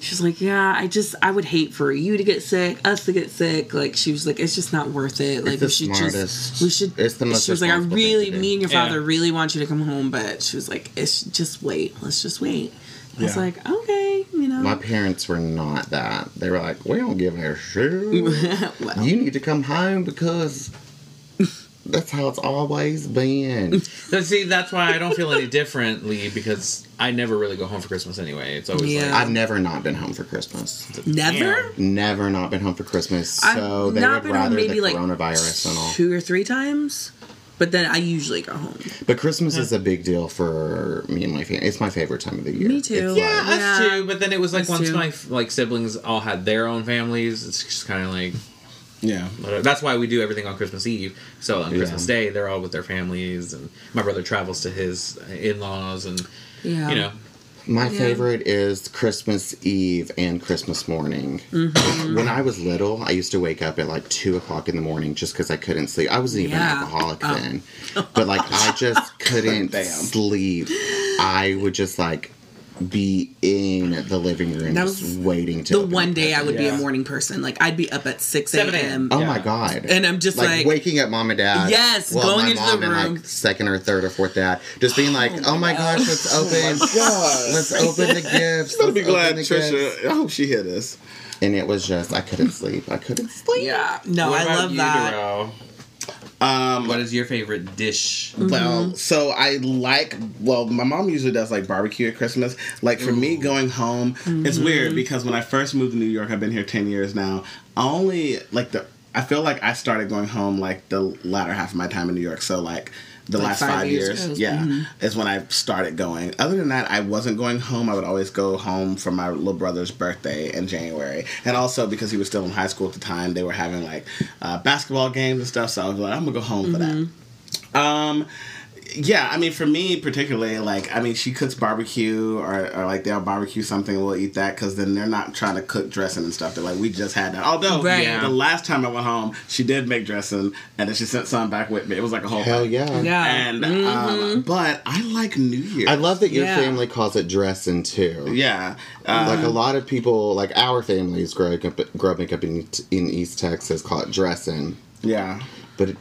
Speaker 2: she was like, Yeah, I just I would hate for you to get sick, us to get sick. Like she was like, It's just not worth it. Like
Speaker 3: the
Speaker 2: we should
Speaker 3: smartest-
Speaker 2: just we should
Speaker 3: it's the most
Speaker 2: She was like, I
Speaker 3: responsible thing
Speaker 2: really
Speaker 3: to do."
Speaker 2: me and your
Speaker 1: Yeah.
Speaker 2: father really want you to come home, but she was like, It's just wait, let's just wait. I was
Speaker 4: Yeah.
Speaker 2: like, Okay, you know.
Speaker 3: My parents were not that. They were like, we don't give a shit.
Speaker 2: well,
Speaker 3: you need to come home because that's how it's always been.
Speaker 1: So, see, that's why I don't feel any differently because I never really go home for Christmas anyway. It's always like
Speaker 2: Yeah.
Speaker 3: I've never not been home for Christmas.
Speaker 2: never
Speaker 3: Never not been home for Christmas.
Speaker 2: I've
Speaker 3: So they
Speaker 2: not
Speaker 3: would
Speaker 2: been home
Speaker 3: rather
Speaker 2: maybe,
Speaker 3: the
Speaker 2: like,
Speaker 3: coronavirus and all.
Speaker 2: two or three times. But then I usually go home.
Speaker 3: But Christmas is a big deal for me and my family. It's my favorite time of the year.
Speaker 2: Me too.
Speaker 3: It's
Speaker 1: yeah,
Speaker 3: like-
Speaker 1: us
Speaker 2: Yeah.
Speaker 1: too. But then it was like
Speaker 2: Us
Speaker 1: once
Speaker 2: too.
Speaker 1: my like siblings all had their own families, it's just kind of like
Speaker 4: Yeah.
Speaker 1: But Uh, that's why we do everything on Christmas Eve. So on Christmas Day, they're all with their families, and my brother travels to his uh, in-laws, and
Speaker 2: Yeah.
Speaker 1: you know,
Speaker 3: My favorite is Christmas Eve and Christmas morning.
Speaker 2: Mm-hmm.
Speaker 3: When I was little, I used to wake up at like two o'clock in the morning just because I couldn't sleep. I wasn't even
Speaker 2: Yeah. Oh.
Speaker 3: an alcoholic then, but like I just couldn't
Speaker 4: Damn.
Speaker 3: sleep. I would just like be in the living room
Speaker 2: That was
Speaker 3: just waiting to
Speaker 2: the
Speaker 3: open
Speaker 2: one
Speaker 3: up.
Speaker 2: day I would be a
Speaker 1: Yeah.
Speaker 2: morning person. Like I'd be up at six
Speaker 1: 7
Speaker 2: a.m.
Speaker 3: Oh my
Speaker 1: Yeah.
Speaker 3: god!
Speaker 2: and I'm just
Speaker 3: like,
Speaker 2: like,
Speaker 3: waking up mom and dad.
Speaker 2: Yes, going
Speaker 3: my
Speaker 2: into
Speaker 3: mom
Speaker 2: the
Speaker 3: and,
Speaker 2: room.
Speaker 3: like second or third or fourth dad, just being like, "Oh my gosh, let's
Speaker 4: Oh
Speaker 3: open, let's open the gifts."
Speaker 4: I'll
Speaker 3: let's
Speaker 4: be
Speaker 3: open
Speaker 4: glad
Speaker 3: the
Speaker 4: Trisha.
Speaker 3: gifts."
Speaker 4: I hope she hear this.
Speaker 3: And it was just I couldn't sleep. I couldn't sleep.
Speaker 2: yeah, no,
Speaker 1: What
Speaker 2: I
Speaker 1: about
Speaker 2: love
Speaker 1: you,
Speaker 2: that.
Speaker 1: Darrell?
Speaker 4: Um,
Speaker 1: What is your favorite dish?
Speaker 2: Mm-hmm.
Speaker 4: Well, so I like. Well, my mom usually does like barbecue at Christmas. Like for me, going home, it's
Speaker 2: Mm-hmm.
Speaker 4: weird because when I first moved to New York, I've been here ten years now. I only like the. I feel like I started going home like the latter half of my time in New York. So like the
Speaker 2: Like
Speaker 4: last
Speaker 2: five
Speaker 4: five,
Speaker 2: years
Speaker 4: years,
Speaker 2: ago. Mm-hmm.
Speaker 4: yeah, is when I started going. Other than that, I wasn't going home. I would always go home for my little brother's birthday in January, and also because he was still in high school at the time, they were having like uh, basketball games and stuff. So I was like, I'm gonna go home for
Speaker 2: Mm-hmm.
Speaker 4: that. Um, yeah, I mean, for me particularly, like, I mean, she cooks barbecue, or, or like they'll barbecue something, we'll eat that, because then they're not trying to cook dressing and stuff. They're like, we just had that. Although,
Speaker 2: Right.
Speaker 1: Yeah.
Speaker 4: the last time I went home, she did make dressing, and then she sent some back with me. It was like a whole
Speaker 3: Hell
Speaker 4: thing.
Speaker 3: yeah.
Speaker 2: Yeah.
Speaker 4: And,
Speaker 1: Mm-hmm.
Speaker 4: um, but I like New Year's.
Speaker 3: I love that your
Speaker 2: Yeah.
Speaker 3: family calls it dressing too.
Speaker 4: yeah. Uh,
Speaker 3: Like a lot of people, like our families growing up, growing up in in East Texas, call it dressing,
Speaker 4: yeah.
Speaker 3: but it,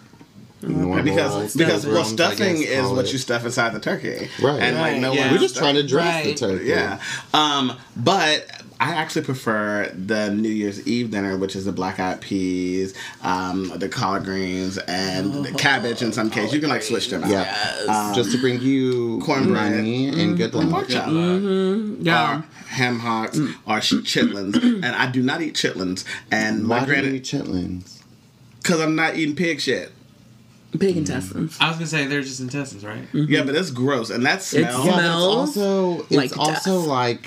Speaker 2: Uh-huh.
Speaker 3: normal
Speaker 4: Because, because well,
Speaker 3: pilgrims, I
Speaker 4: stuffing
Speaker 3: guess,
Speaker 4: is
Speaker 3: call
Speaker 4: what
Speaker 3: it.
Speaker 4: you stuff inside the turkey.
Speaker 3: Right.
Speaker 4: And, like,
Speaker 1: Right,
Speaker 4: no one
Speaker 1: yeah.
Speaker 3: We're just
Speaker 4: stuff-
Speaker 3: trying to dress
Speaker 2: Right.
Speaker 3: the turkey.
Speaker 4: Yeah. Um, but I actually prefer the New Year's Eve dinner, which is the black eyed peas, um, the collard greens, and
Speaker 1: Oh.
Speaker 4: the cabbage in some case. You can like switch them out.
Speaker 3: Yeah. Just to bring you
Speaker 4: Cornbread.
Speaker 3: money
Speaker 2: Mm-hmm.
Speaker 3: and good luck.
Speaker 4: Pork chop.
Speaker 2: yeah,
Speaker 4: Or
Speaker 1: Mm.
Speaker 4: ham hocks or sh- chitlins. and I do not eat chitlins.
Speaker 3: Why
Speaker 4: And my
Speaker 3: do you eat
Speaker 4: granny,
Speaker 3: chitlins?
Speaker 4: because I'm not eating pig shit.
Speaker 2: pig intestines.
Speaker 1: I was gonna say they're just intestines, right?
Speaker 4: Yeah, but it's gross. And that smell.
Speaker 3: Yeah, but it's
Speaker 2: Smells
Speaker 3: also it's
Speaker 2: like
Speaker 3: also
Speaker 2: death.
Speaker 3: like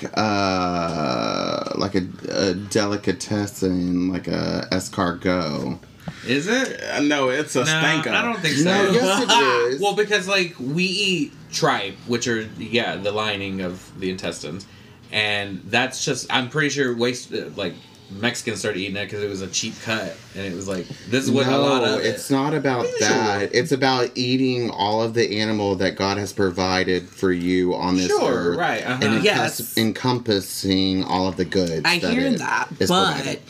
Speaker 3: uh like a, a delicatessen, like a escargot.
Speaker 1: Is it?
Speaker 4: Uh, no, it's a
Speaker 1: No,
Speaker 4: stinker.
Speaker 1: I don't think so.
Speaker 3: No, yes it is.
Speaker 1: Well, because like we eat tripe, which are yeah the lining of the intestines, and that's just I'm pretty sure waste uh, like Mexicans started eating it because it was a cheap cut, and it was like this is what a lot
Speaker 3: no,
Speaker 1: of it.
Speaker 3: it's not about that. It's about eating all of the animal that God has provided for you on this
Speaker 1: Sure,
Speaker 3: earth,
Speaker 1: right, uh-huh.
Speaker 3: and
Speaker 2: Yes.
Speaker 3: encompass- encompassing all of the goods.
Speaker 2: I hear
Speaker 3: it
Speaker 2: that,
Speaker 3: is
Speaker 2: but
Speaker 3: provided.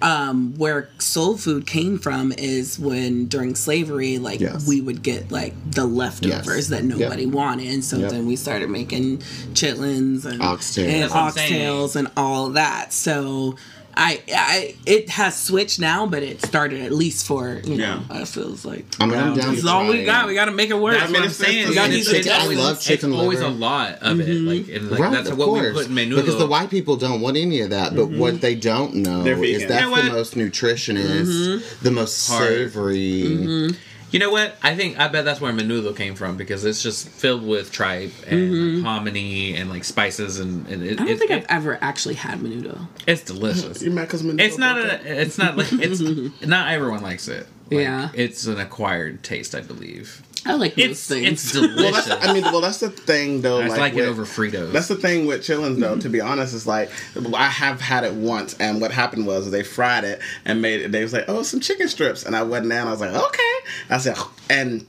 Speaker 2: um, where soul food came from is when during slavery, like
Speaker 3: Yes.
Speaker 2: we would get like the leftovers that nobody wanted, and so
Speaker 3: Yep.
Speaker 2: then we started making chitlins and
Speaker 3: Oxtails.
Speaker 2: and
Speaker 1: That's what I'm saying.
Speaker 2: oxtails and all that. So. I, I it has switched now, but it started at least for you know.
Speaker 4: Yeah.
Speaker 2: It feels like
Speaker 3: I mean, I'm down
Speaker 2: This
Speaker 3: to
Speaker 2: is all we
Speaker 3: try
Speaker 2: got.
Speaker 3: it.
Speaker 2: We got to make it work.
Speaker 1: That's what I'm saying.
Speaker 4: We got
Speaker 1: and
Speaker 4: these
Speaker 1: it's- it's
Speaker 3: chicken- I
Speaker 1: always-
Speaker 3: love chicken
Speaker 1: It's always a
Speaker 3: liver.
Speaker 1: lot of it. Like, and like
Speaker 3: Right,
Speaker 1: that's
Speaker 3: of
Speaker 1: what we
Speaker 3: course.
Speaker 1: put in menudo. Mm-hmm.
Speaker 3: Because the white people don't want any of that. But what they don't know
Speaker 4: They're
Speaker 3: is
Speaker 4: vegan.
Speaker 3: that's
Speaker 1: You know
Speaker 3: the
Speaker 1: what?
Speaker 3: most nutritionist,
Speaker 2: Mm-hmm.
Speaker 3: the most
Speaker 1: Heart.
Speaker 3: savory.
Speaker 1: You know what? I think I bet that's where menudo came from because it's just filled with tripe and like, hominy and like spices and, and it,
Speaker 2: I don't
Speaker 1: it-
Speaker 2: think
Speaker 1: it-
Speaker 2: I've ever actually had menudo.
Speaker 1: it's delicious.
Speaker 4: You mad 'cause Mendoza
Speaker 1: It's not
Speaker 4: broke up?
Speaker 1: a. It's not like it's not everyone likes it. Like,
Speaker 2: Yeah.
Speaker 1: it's an acquired taste, I believe.
Speaker 2: I like
Speaker 1: It's-
Speaker 2: those
Speaker 1: it's
Speaker 2: things.
Speaker 1: delicious.
Speaker 4: Well, that's, I mean, well, that's the thing though.
Speaker 1: I just like it
Speaker 4: with-
Speaker 1: over Fritos.
Speaker 4: That's the thing with chillins though. To be honest, is like I have had it once, and what happened was they fried it and made it. They was like, "Oh, some chicken strips," and I went down. I was like, "Okay," I said, and.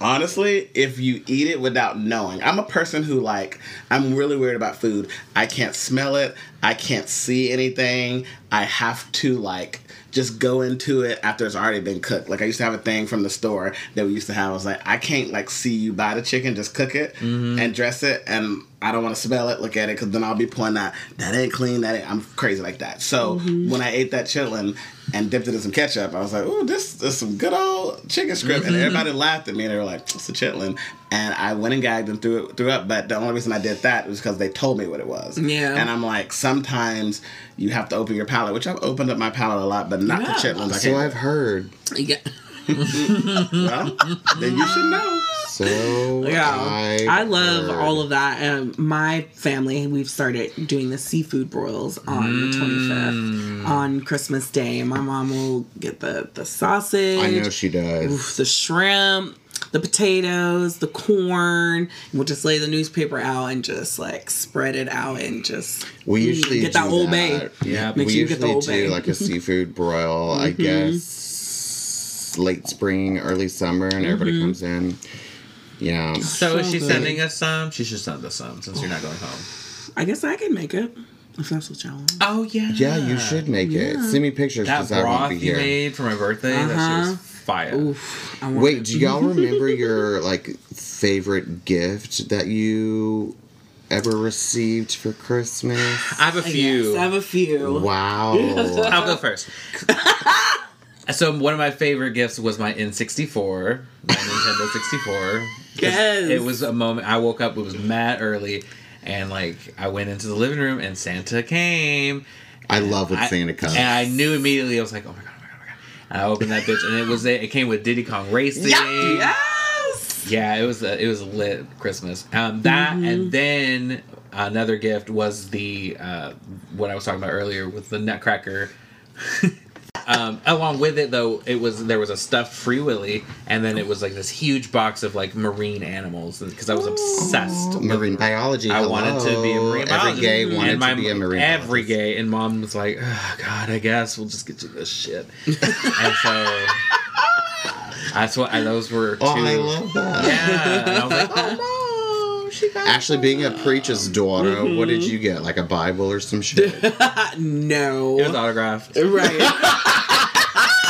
Speaker 4: Honestly, if you eat it without knowing, I'm a person who like I'm really weird about food. I can't smell it. I can't see anything. I have to like just go into it after it's already been cooked. Like I used to have a thing from the store that we used to have. I was like, I can't like see you buy the chicken, just cook it and dress it, and I don't want to smell it, look at it, because then I'll be pulling out that ain't clean. That ain't, I'm crazy like that. So when I ate that chitlin and dipped it in some ketchup, I was like, ooh, this is some good old chicken strip,
Speaker 2: Mm-hmm.
Speaker 4: and everybody laughed at me and they were like, it's a chitlin. And I went and gagged and threw it threw up, but the only reason I did that was because they told me what it was.
Speaker 2: Yeah.
Speaker 4: and I'm like, sometimes you have to open your palate, which I've opened up my palate a lot, but not the
Speaker 2: Yeah.
Speaker 4: chitlins. I
Speaker 3: So
Speaker 4: can't
Speaker 3: I've heard.
Speaker 2: yeah.
Speaker 4: well, then you should know.
Speaker 3: So
Speaker 2: Yeah.
Speaker 3: I've
Speaker 2: I love
Speaker 3: heard.
Speaker 2: all of that. Um, my family, we've started doing the seafood broils on the
Speaker 3: Mm.
Speaker 2: 25th on Christmas Day. My mom will get the, the sausage.
Speaker 3: I know she does.
Speaker 2: the shrimp, the potatoes, the corn. We'll just lay the newspaper out and just like spread it out and just
Speaker 3: We usually
Speaker 2: get that
Speaker 3: do
Speaker 2: Old
Speaker 3: that.
Speaker 2: Bay.
Speaker 1: Yeah,
Speaker 2: Make sure
Speaker 3: we
Speaker 2: you
Speaker 3: usually
Speaker 2: get the Mm-hmm. Old
Speaker 3: do
Speaker 2: Bay.
Speaker 3: like a seafood broil, I guess, late spring, early summer, and everybody
Speaker 2: Mm-hmm.
Speaker 3: comes in. Yeah.
Speaker 2: Oh,
Speaker 1: So is she
Speaker 2: good.
Speaker 1: sending us some? She should send us some since you're not going home.
Speaker 2: I guess I can make it if that's what y'all want.
Speaker 1: Oh yeah.
Speaker 3: Yeah, you should make it. Send me pictures
Speaker 1: That
Speaker 3: because I won't
Speaker 1: broth
Speaker 3: be
Speaker 1: you
Speaker 3: here.
Speaker 1: made for my birthday, that shit
Speaker 2: Uh-huh.
Speaker 1: was fire.
Speaker 2: Oof, I want
Speaker 3: Wait,
Speaker 2: it.
Speaker 3: do y'all remember your like favorite gift that you ever received for Christmas?
Speaker 1: I have a few.
Speaker 2: Yes, I have a few.
Speaker 3: Wow.
Speaker 1: I'll go first. so one of my favorite gifts was my N64, my Nintendo 64.
Speaker 2: Yes.
Speaker 1: It was a moment I woke up, it was mad early, and like I went into the living room and Santa came.
Speaker 3: I love when
Speaker 1: I-
Speaker 3: Santa comes.
Speaker 1: And I knew immediately I was like, oh my god, oh my god, oh my god. And I opened that bitch and it was it came with Diddy Kong Racing.
Speaker 2: Yes.
Speaker 1: Yeah, it was a, it was a lit Christmas. Um, that and then another gift was the uh, what I was talking about earlier with the Nutcracker. um, along with it though, it was there was a stuffed Free Willy, and then it was like this huge box of like marine animals because I was
Speaker 2: Oh.
Speaker 1: obsessed. with
Speaker 3: marine biology.
Speaker 1: I
Speaker 3: hello.
Speaker 1: wanted to be a marine biologist.
Speaker 3: Every gay
Speaker 1: And
Speaker 3: wanted
Speaker 1: my-
Speaker 3: to be a marine
Speaker 1: Every
Speaker 3: biologist.
Speaker 1: gay, and mom was like, oh, "God, I guess we'll just get you this shit." and so that's what I, those were.
Speaker 3: Oh,
Speaker 1: two-
Speaker 3: I love that.
Speaker 1: yeah. And I was like, oh, mom, she got
Speaker 3: Actually, being a preacher's daughter, what did
Speaker 2: Mm-hmm.
Speaker 3: you get? Like a Bible or some shit?
Speaker 2: No.
Speaker 1: it was autographed
Speaker 2: right.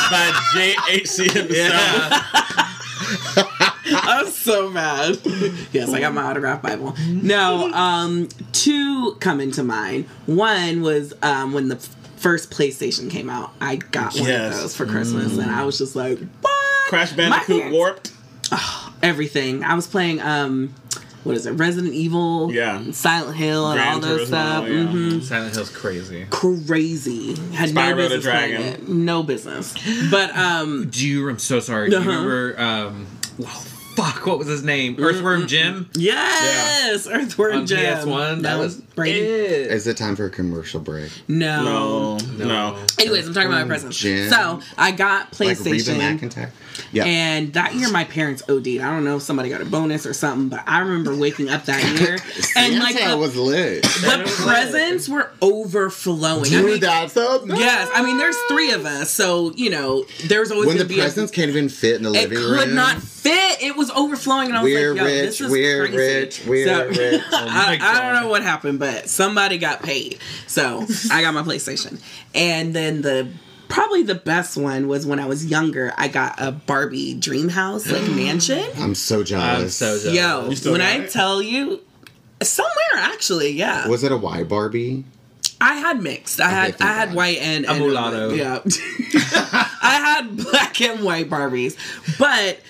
Speaker 1: by J.H.C. himself.
Speaker 2: I'm so mad. yes, I got my autograph Bible. No, um, two come into mind. One was um, when the f- first PlayStation came out. I got one
Speaker 4: Yes.
Speaker 2: of those for Christmas, and I was just like, what?
Speaker 4: Crash
Speaker 2: My
Speaker 4: Bandicoot
Speaker 2: parents-
Speaker 4: Warped.
Speaker 2: everything. I was playing um what is it? Resident Evil,
Speaker 4: Yeah.
Speaker 2: Silent Hill and
Speaker 4: Gran
Speaker 2: all those
Speaker 4: Turismo,
Speaker 2: stuff.
Speaker 4: yeah.
Speaker 2: hmm
Speaker 1: Silent Hill's crazy.
Speaker 2: Crazy. Had
Speaker 4: Spyro
Speaker 2: no
Speaker 4: the
Speaker 2: business playing
Speaker 4: Dragon.
Speaker 2: it. No business. But um
Speaker 1: Do you? I'm so sorry. Do you
Speaker 2: Uh-huh.
Speaker 1: remember? Um, oh, fuck, what was his name? Earthworm Jim
Speaker 2: yes, Earthworm
Speaker 1: on
Speaker 2: Jam.
Speaker 1: PS1. That was
Speaker 2: Brady.
Speaker 1: it.
Speaker 3: Is it time for a commercial break?
Speaker 2: No.
Speaker 4: No, no.
Speaker 2: Anyways, I'm talking about my presents.
Speaker 3: Jam.
Speaker 2: So I got
Speaker 3: Like Reba
Speaker 2: PlayStation.
Speaker 3: McIntyre? Yeah.
Speaker 2: And that year, my parents OD'd. I don't know if somebody got a bonus or something, but I remember waking up that year and like
Speaker 3: Santa
Speaker 2: the,
Speaker 3: was lit.
Speaker 2: the presents were overflowing. I mean,
Speaker 3: Dude, that's so nice.
Speaker 2: Yes, I mean there's three of us, so you know there's always
Speaker 3: When the
Speaker 2: gonna be a-
Speaker 3: presents can't even fit in the
Speaker 2: it
Speaker 3: living room.
Speaker 2: could not fit. It was overflowing, and I was
Speaker 3: We're
Speaker 2: like, "Yo,
Speaker 3: rich,
Speaker 2: this is
Speaker 3: we're
Speaker 2: crazy."
Speaker 3: rich, we're
Speaker 2: So-
Speaker 3: rich. Oh
Speaker 1: my
Speaker 2: I, I
Speaker 1: God.
Speaker 2: don't know what happened, but somebody got paid, so I got my PlayStation, and then the. Probably the best one was when I was younger. I got a Barbie dream house, like mansion.
Speaker 3: I'm so jealous.
Speaker 1: I'm so jealous.
Speaker 2: Yo,
Speaker 4: You still
Speaker 2: when
Speaker 4: got
Speaker 2: I
Speaker 4: it?
Speaker 2: tell you, somewhere actually, yeah.
Speaker 3: Was it a Y Barbie?
Speaker 2: I had mixed. I had
Speaker 3: thank
Speaker 2: I had
Speaker 3: God.
Speaker 2: white and,
Speaker 1: A
Speaker 2: and
Speaker 1: mulatto.
Speaker 2: Yeah, I had black and white Barbies, but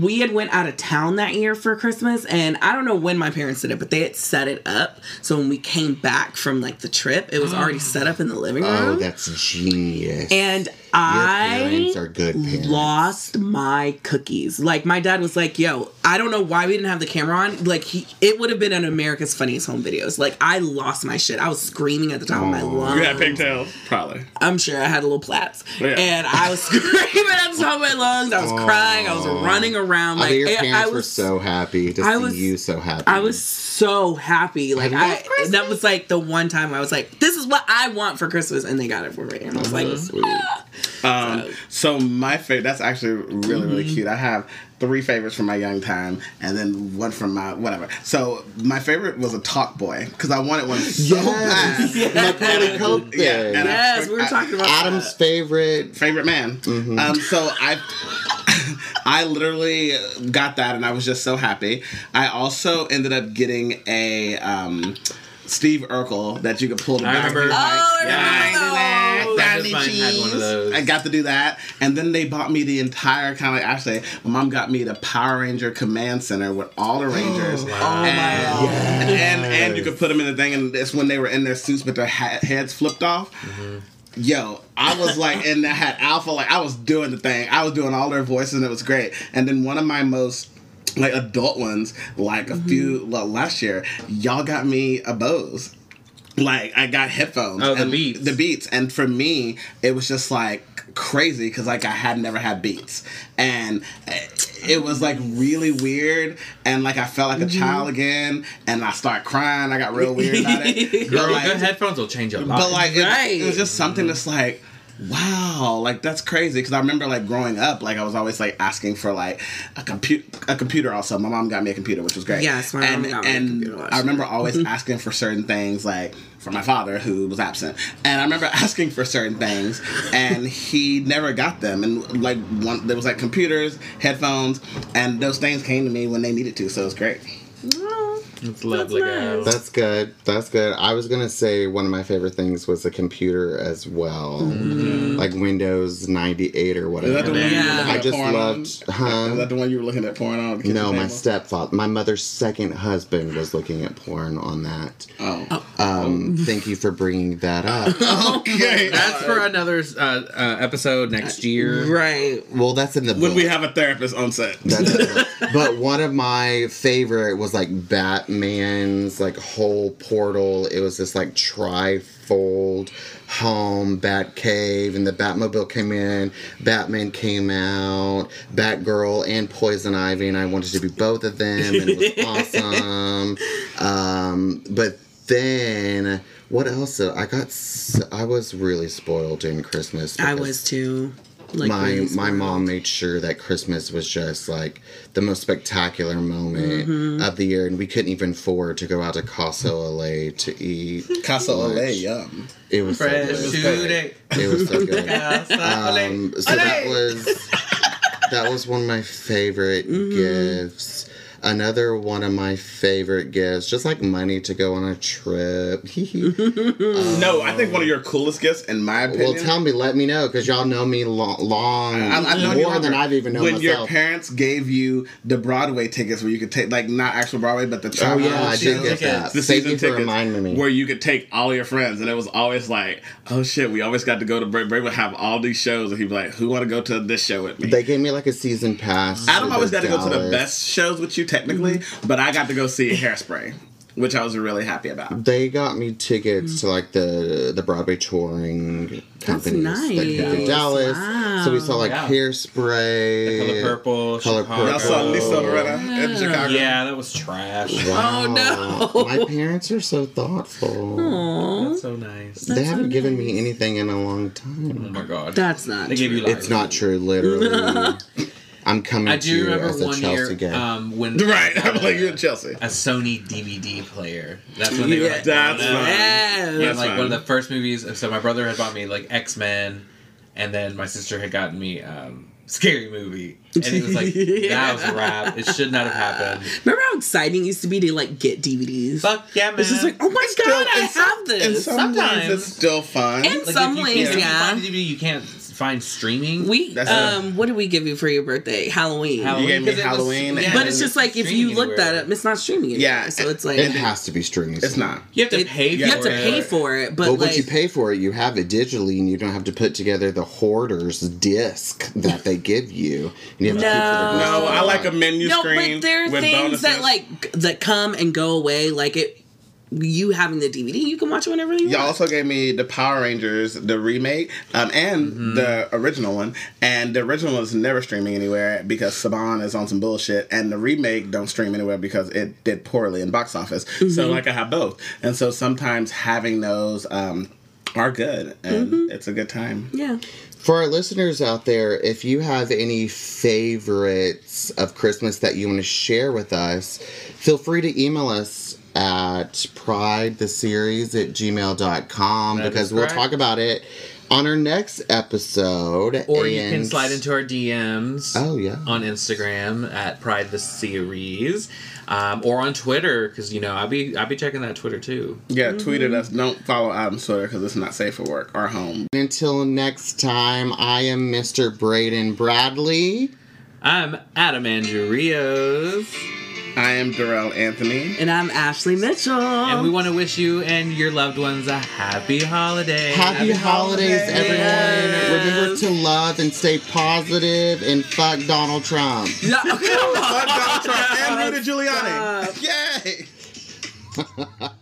Speaker 2: we had went out of town that year for Christmas, and I don't know when my parents did it, but they had set it up. So when we came back from like the trip, it was already set up in the living room.
Speaker 3: Oh, that's genius.
Speaker 2: Hmm? and
Speaker 3: Your
Speaker 2: I
Speaker 3: parents are good parents.
Speaker 2: lost my cookies. Like my dad was like, "Yo, I don't know why we didn't have the camera on. Like he, it would have been on America's Funniest Home Videos. Like I lost my shit. I was screaming at the top of my lungs.
Speaker 4: You had pigtails? Probably.
Speaker 2: I'm sure I had a little plaits,
Speaker 4: Yeah.
Speaker 2: and I was screaming at the top of my lungs. I was crying. I was running around.
Speaker 3: I
Speaker 2: Like
Speaker 3: bet your
Speaker 2: it-
Speaker 3: parents
Speaker 2: I
Speaker 3: were
Speaker 2: was
Speaker 3: so happy to
Speaker 2: I
Speaker 3: see
Speaker 2: was-
Speaker 3: you so happy.
Speaker 2: I was so happy. Like
Speaker 3: love
Speaker 2: I, that was like the one time I was like, "This is what I want for Christmas," and they got it for me. And I was like,
Speaker 3: so sweet.
Speaker 4: Um, so my favorite. That's actually really really cute. I have three favorites from my young time, and then one from my whatever. So my favorite was a talk boy because I wanted one so
Speaker 3: Yes.
Speaker 4: bad.
Speaker 3: Macaulay Culkin.
Speaker 4: Yeah, and I-
Speaker 2: "Yes, we were talking about
Speaker 3: Uh-huh. Adam's favorite.
Speaker 4: favorite man. Um, so I, I literally got that, and I was just so happy. I also ended up getting a um, Steve Urkel that you could pull the
Speaker 1: I
Speaker 4: back.
Speaker 1: remember.
Speaker 2: Oh, I
Speaker 1: Yeah, I
Speaker 2: remember
Speaker 1: do that.
Speaker 2: those.
Speaker 1: That
Speaker 4: Donny
Speaker 1: is fine. I had one of those.
Speaker 4: I got to do that, and then they bought me the entire kind of. Actually, my mom got me the Power Ranger Command Center with all the Rangers. oh
Speaker 1: my
Speaker 4: and, and and you could put them in the thing, and it's when they were in their suits, but their ha- heads flipped off. Yo, I was like in that hat alpha, like I was doing the thing. I was doing all their voices, and it was great. And then one of my most like adult ones, like a few like, last year, y'all got me a Bose. Like I got headphones.
Speaker 1: Oh, the
Speaker 4: and
Speaker 1: Beats.
Speaker 4: The beats, and for me, it was just like crazy because like I had never had beats, and it was like really weird, and like I felt like a child again, and I started crying. I got real weird about it.
Speaker 1: Girl,
Speaker 4: But, like-
Speaker 1: good headphones will change your life.
Speaker 4: but like it,
Speaker 2: Uh, Right.
Speaker 4: it was just something that's like wow like that's crazy because i remember like growing up like i was always like asking for like a computer a computer also my mom got me a computer which was great
Speaker 2: Yes, my mom
Speaker 4: and,
Speaker 2: got me a
Speaker 4: and
Speaker 2: computer Mm-hmm. last
Speaker 4: i remember always asking for certain things like for my father who was absent and i remember asking for certain things and he never got them and like one there was like computers headphones and those things came to me when they needed to so it was great
Speaker 1: it's lovely, girl.
Speaker 3: That's good. That's good. I was gonna say one of my favorite things was the computer as well, like Windows ninety eight or
Speaker 4: Mm-hmm. is that
Speaker 3: whatever.
Speaker 4: the one you were
Speaker 2: Yeah.
Speaker 4: looking
Speaker 3: I
Speaker 4: at
Speaker 3: just
Speaker 4: porn on?
Speaker 3: loved. Huh?
Speaker 4: is that the one you were looking at porn on the kitchen
Speaker 3: No, my
Speaker 4: table?
Speaker 3: stepfather, my mother's second husband, was looking at porn on that.
Speaker 4: oh
Speaker 3: Um, thank you for bringing that up.
Speaker 4: Okay.
Speaker 1: That's for another uh, uh, episode next year.
Speaker 2: Right.
Speaker 3: well, that's in the
Speaker 4: when
Speaker 3: book.
Speaker 4: we have a therapist on set.
Speaker 3: That's in the book. but one of my favorite was like Batman's like whole portal. It was this like trifold home Bat Cave, and the Batmobile came in, Batman came out, Batgirl and Poison Ivy, and I wanted to be both of them, and it was awesome. Um, but then. What else? I got. s I was really spoiled in Christmas.
Speaker 2: I
Speaker 3: because-
Speaker 2: was too. Like
Speaker 3: my
Speaker 2: really
Speaker 3: my
Speaker 2: smart.
Speaker 3: mom made sure that Christmas was just like the most spectacular moment
Speaker 4: Mm-hmm.
Speaker 3: of the year, and we couldn't even afford to go out to Casa LA to eat.
Speaker 4: Casa Ole, yum.
Speaker 3: It was so
Speaker 2: Fresh
Speaker 3: good.
Speaker 2: today.
Speaker 3: It was so good. Um, so that was that was one of my favorite
Speaker 4: Mm-hmm.
Speaker 3: gifts. Another one of my favorite gifts, just like money to go on a trip.
Speaker 4: Mm-hmm. Mm. No, I think one of your coolest gifts, in my opinion.
Speaker 3: well, tell me, let me know, because y'all know me long, long
Speaker 4: I- I've known you
Speaker 3: more
Speaker 4: longer.
Speaker 3: than I've even known
Speaker 4: When
Speaker 3: myself.
Speaker 4: your parents gave you the Broadway tickets, where you could take like not actual Broadway, but the
Speaker 3: Oh
Speaker 4: travel
Speaker 3: yeah, I
Speaker 4: shows,
Speaker 3: did get that.
Speaker 4: the
Speaker 3: Thank
Speaker 4: season
Speaker 3: you for
Speaker 4: tickets,
Speaker 3: reminding me.
Speaker 4: where you could take all your friends, and it was always like, oh shit, we always got to go to break. Break would have all these shows, and he'd be like, who want to go to this show with me?
Speaker 3: They gave me like a season pass.
Speaker 4: Adam always got to go to the
Speaker 3: Dallas. Mm-hmm.
Speaker 4: best shows with you, technically, but I got to go see Hairspray, which I was really happy about.
Speaker 3: They got me tickets
Speaker 1: Mm.
Speaker 3: to like the the Broadway touring companies that came to
Speaker 2: nice.
Speaker 3: Dallas. So we saw like
Speaker 1: Yeah.
Speaker 3: Hairspray,
Speaker 1: Color Purple,
Speaker 3: Color
Speaker 1: Chicago.
Speaker 4: Y'all saw
Speaker 3: Purple.
Speaker 4: Lisa Loretta in Chicago.
Speaker 1: Yeah, that was trash.
Speaker 3: Wow.
Speaker 2: Oh, no.
Speaker 3: My parents are so thoughtful.
Speaker 1: That's so nice.
Speaker 3: They haven't given me anything in a long
Speaker 1: Oh
Speaker 3: time.
Speaker 1: my god.
Speaker 2: That's not.
Speaker 1: they gave you.
Speaker 3: It's not true, literally. I'm coming
Speaker 1: I
Speaker 3: to
Speaker 1: do
Speaker 3: you
Speaker 1: remember
Speaker 3: as a
Speaker 1: one year
Speaker 3: Chelsea guy.
Speaker 1: um, when
Speaker 4: Right.
Speaker 1: I
Speaker 4: I'm
Speaker 1: got
Speaker 4: like,
Speaker 1: a-
Speaker 4: you're in Chelsea.
Speaker 1: a Sony DVD player. That's when they were
Speaker 2: Yeah.
Speaker 1: like,
Speaker 4: That's
Speaker 1: down
Speaker 4: right.
Speaker 2: Yes.
Speaker 1: Yeah,
Speaker 4: That's
Speaker 1: like
Speaker 4: fine.
Speaker 1: one of the first movies. So my brother had bought me like X Men, and then my sister had gotten me um, Scary Movie, and it was like that was a wrap. It should not have happened.
Speaker 2: Remember how exciting it used to be to like get DVDs?
Speaker 1: Fuck yeah, man!
Speaker 2: It's just like, oh my god, I have
Speaker 4: In
Speaker 2: this.
Speaker 4: some ways,
Speaker 1: sometimes.
Speaker 4: it's still fun.
Speaker 2: And- some
Speaker 1: if you
Speaker 2: ways,
Speaker 1: can't- if you
Speaker 2: yeah.
Speaker 1: find a DVD, you can't find streaming.
Speaker 2: We
Speaker 4: That's
Speaker 2: um, what did we give you for your birthday? Halloween.
Speaker 1: Halloween,
Speaker 4: gave me
Speaker 1: 'cause it was-
Speaker 4: Halloween,
Speaker 1: yeah,
Speaker 4: and-
Speaker 2: But
Speaker 1: it
Speaker 2: it's
Speaker 1: was
Speaker 2: just like if you
Speaker 1: streaming
Speaker 2: look that
Speaker 1: anywhere.
Speaker 2: up, it's not streaming anymore.
Speaker 4: Yeah,
Speaker 2: so it's like
Speaker 3: It has to be streaming.
Speaker 4: It's not.
Speaker 1: you have to
Speaker 2: it-
Speaker 1: pay.
Speaker 2: you have to
Speaker 1: for it.
Speaker 2: pay for it. But
Speaker 3: But
Speaker 2: like,
Speaker 3: once you pay for it, you have it digitally, and you don't have to put together the hoarder's disc that they give you. And you have
Speaker 2: No.
Speaker 3: to keep for the
Speaker 4: No, I like a menu
Speaker 2: no,
Speaker 4: screen.
Speaker 2: but there are
Speaker 4: with
Speaker 2: things that
Speaker 4: bonuses.
Speaker 2: like that come and go away. Like it, you having the DVD, you can watch it whenever you
Speaker 4: Y'all
Speaker 2: want.
Speaker 4: also gave me the Power Rangers, the remake, um, and the original one. And the original one is never streaming anywhere because Saban is on some bullshit. And the remake don't stream anywhere because it did poorly in box office.
Speaker 2: Mm-hmm.
Speaker 4: So like I have both, and so sometimes having those um, are good, and
Speaker 2: Mm-hmm.
Speaker 4: it's a good time.
Speaker 2: Yeah,
Speaker 3: For our listeners out there, if you have any favorites of Christmas that you want to share with us, feel free to email us at pridetheseries at gmail.com
Speaker 1: That
Speaker 3: because
Speaker 1: is
Speaker 3: we'll
Speaker 1: correct.
Speaker 3: talk about it on our next episode.
Speaker 1: Or you can
Speaker 3: and-
Speaker 1: slide into our DMs.
Speaker 3: Oh, yeah.
Speaker 1: On Instagram at Pride the Series, um, or on Twitter because you know I'll be I'll be checking that Twitter too.
Speaker 4: Yeah, tweet at us. Don't follow Adam's Twitter because it's not safe for work or home.
Speaker 3: Until next time, I am Mr. Braden Bradley.
Speaker 1: I'm Adam Andrew Rios,
Speaker 4: I am Darrell Anthony.
Speaker 2: and I'm Ashley Mitchell.
Speaker 1: and we want to wish you and your loved ones a happy holiday.
Speaker 3: Happy holidays, everyone.
Speaker 2: Yes.
Speaker 3: Remember to love and stay positive and fuck Donald Trump.
Speaker 2: yeah, okay.
Speaker 4: Donald Trump and Rudy Giuliani. Yay!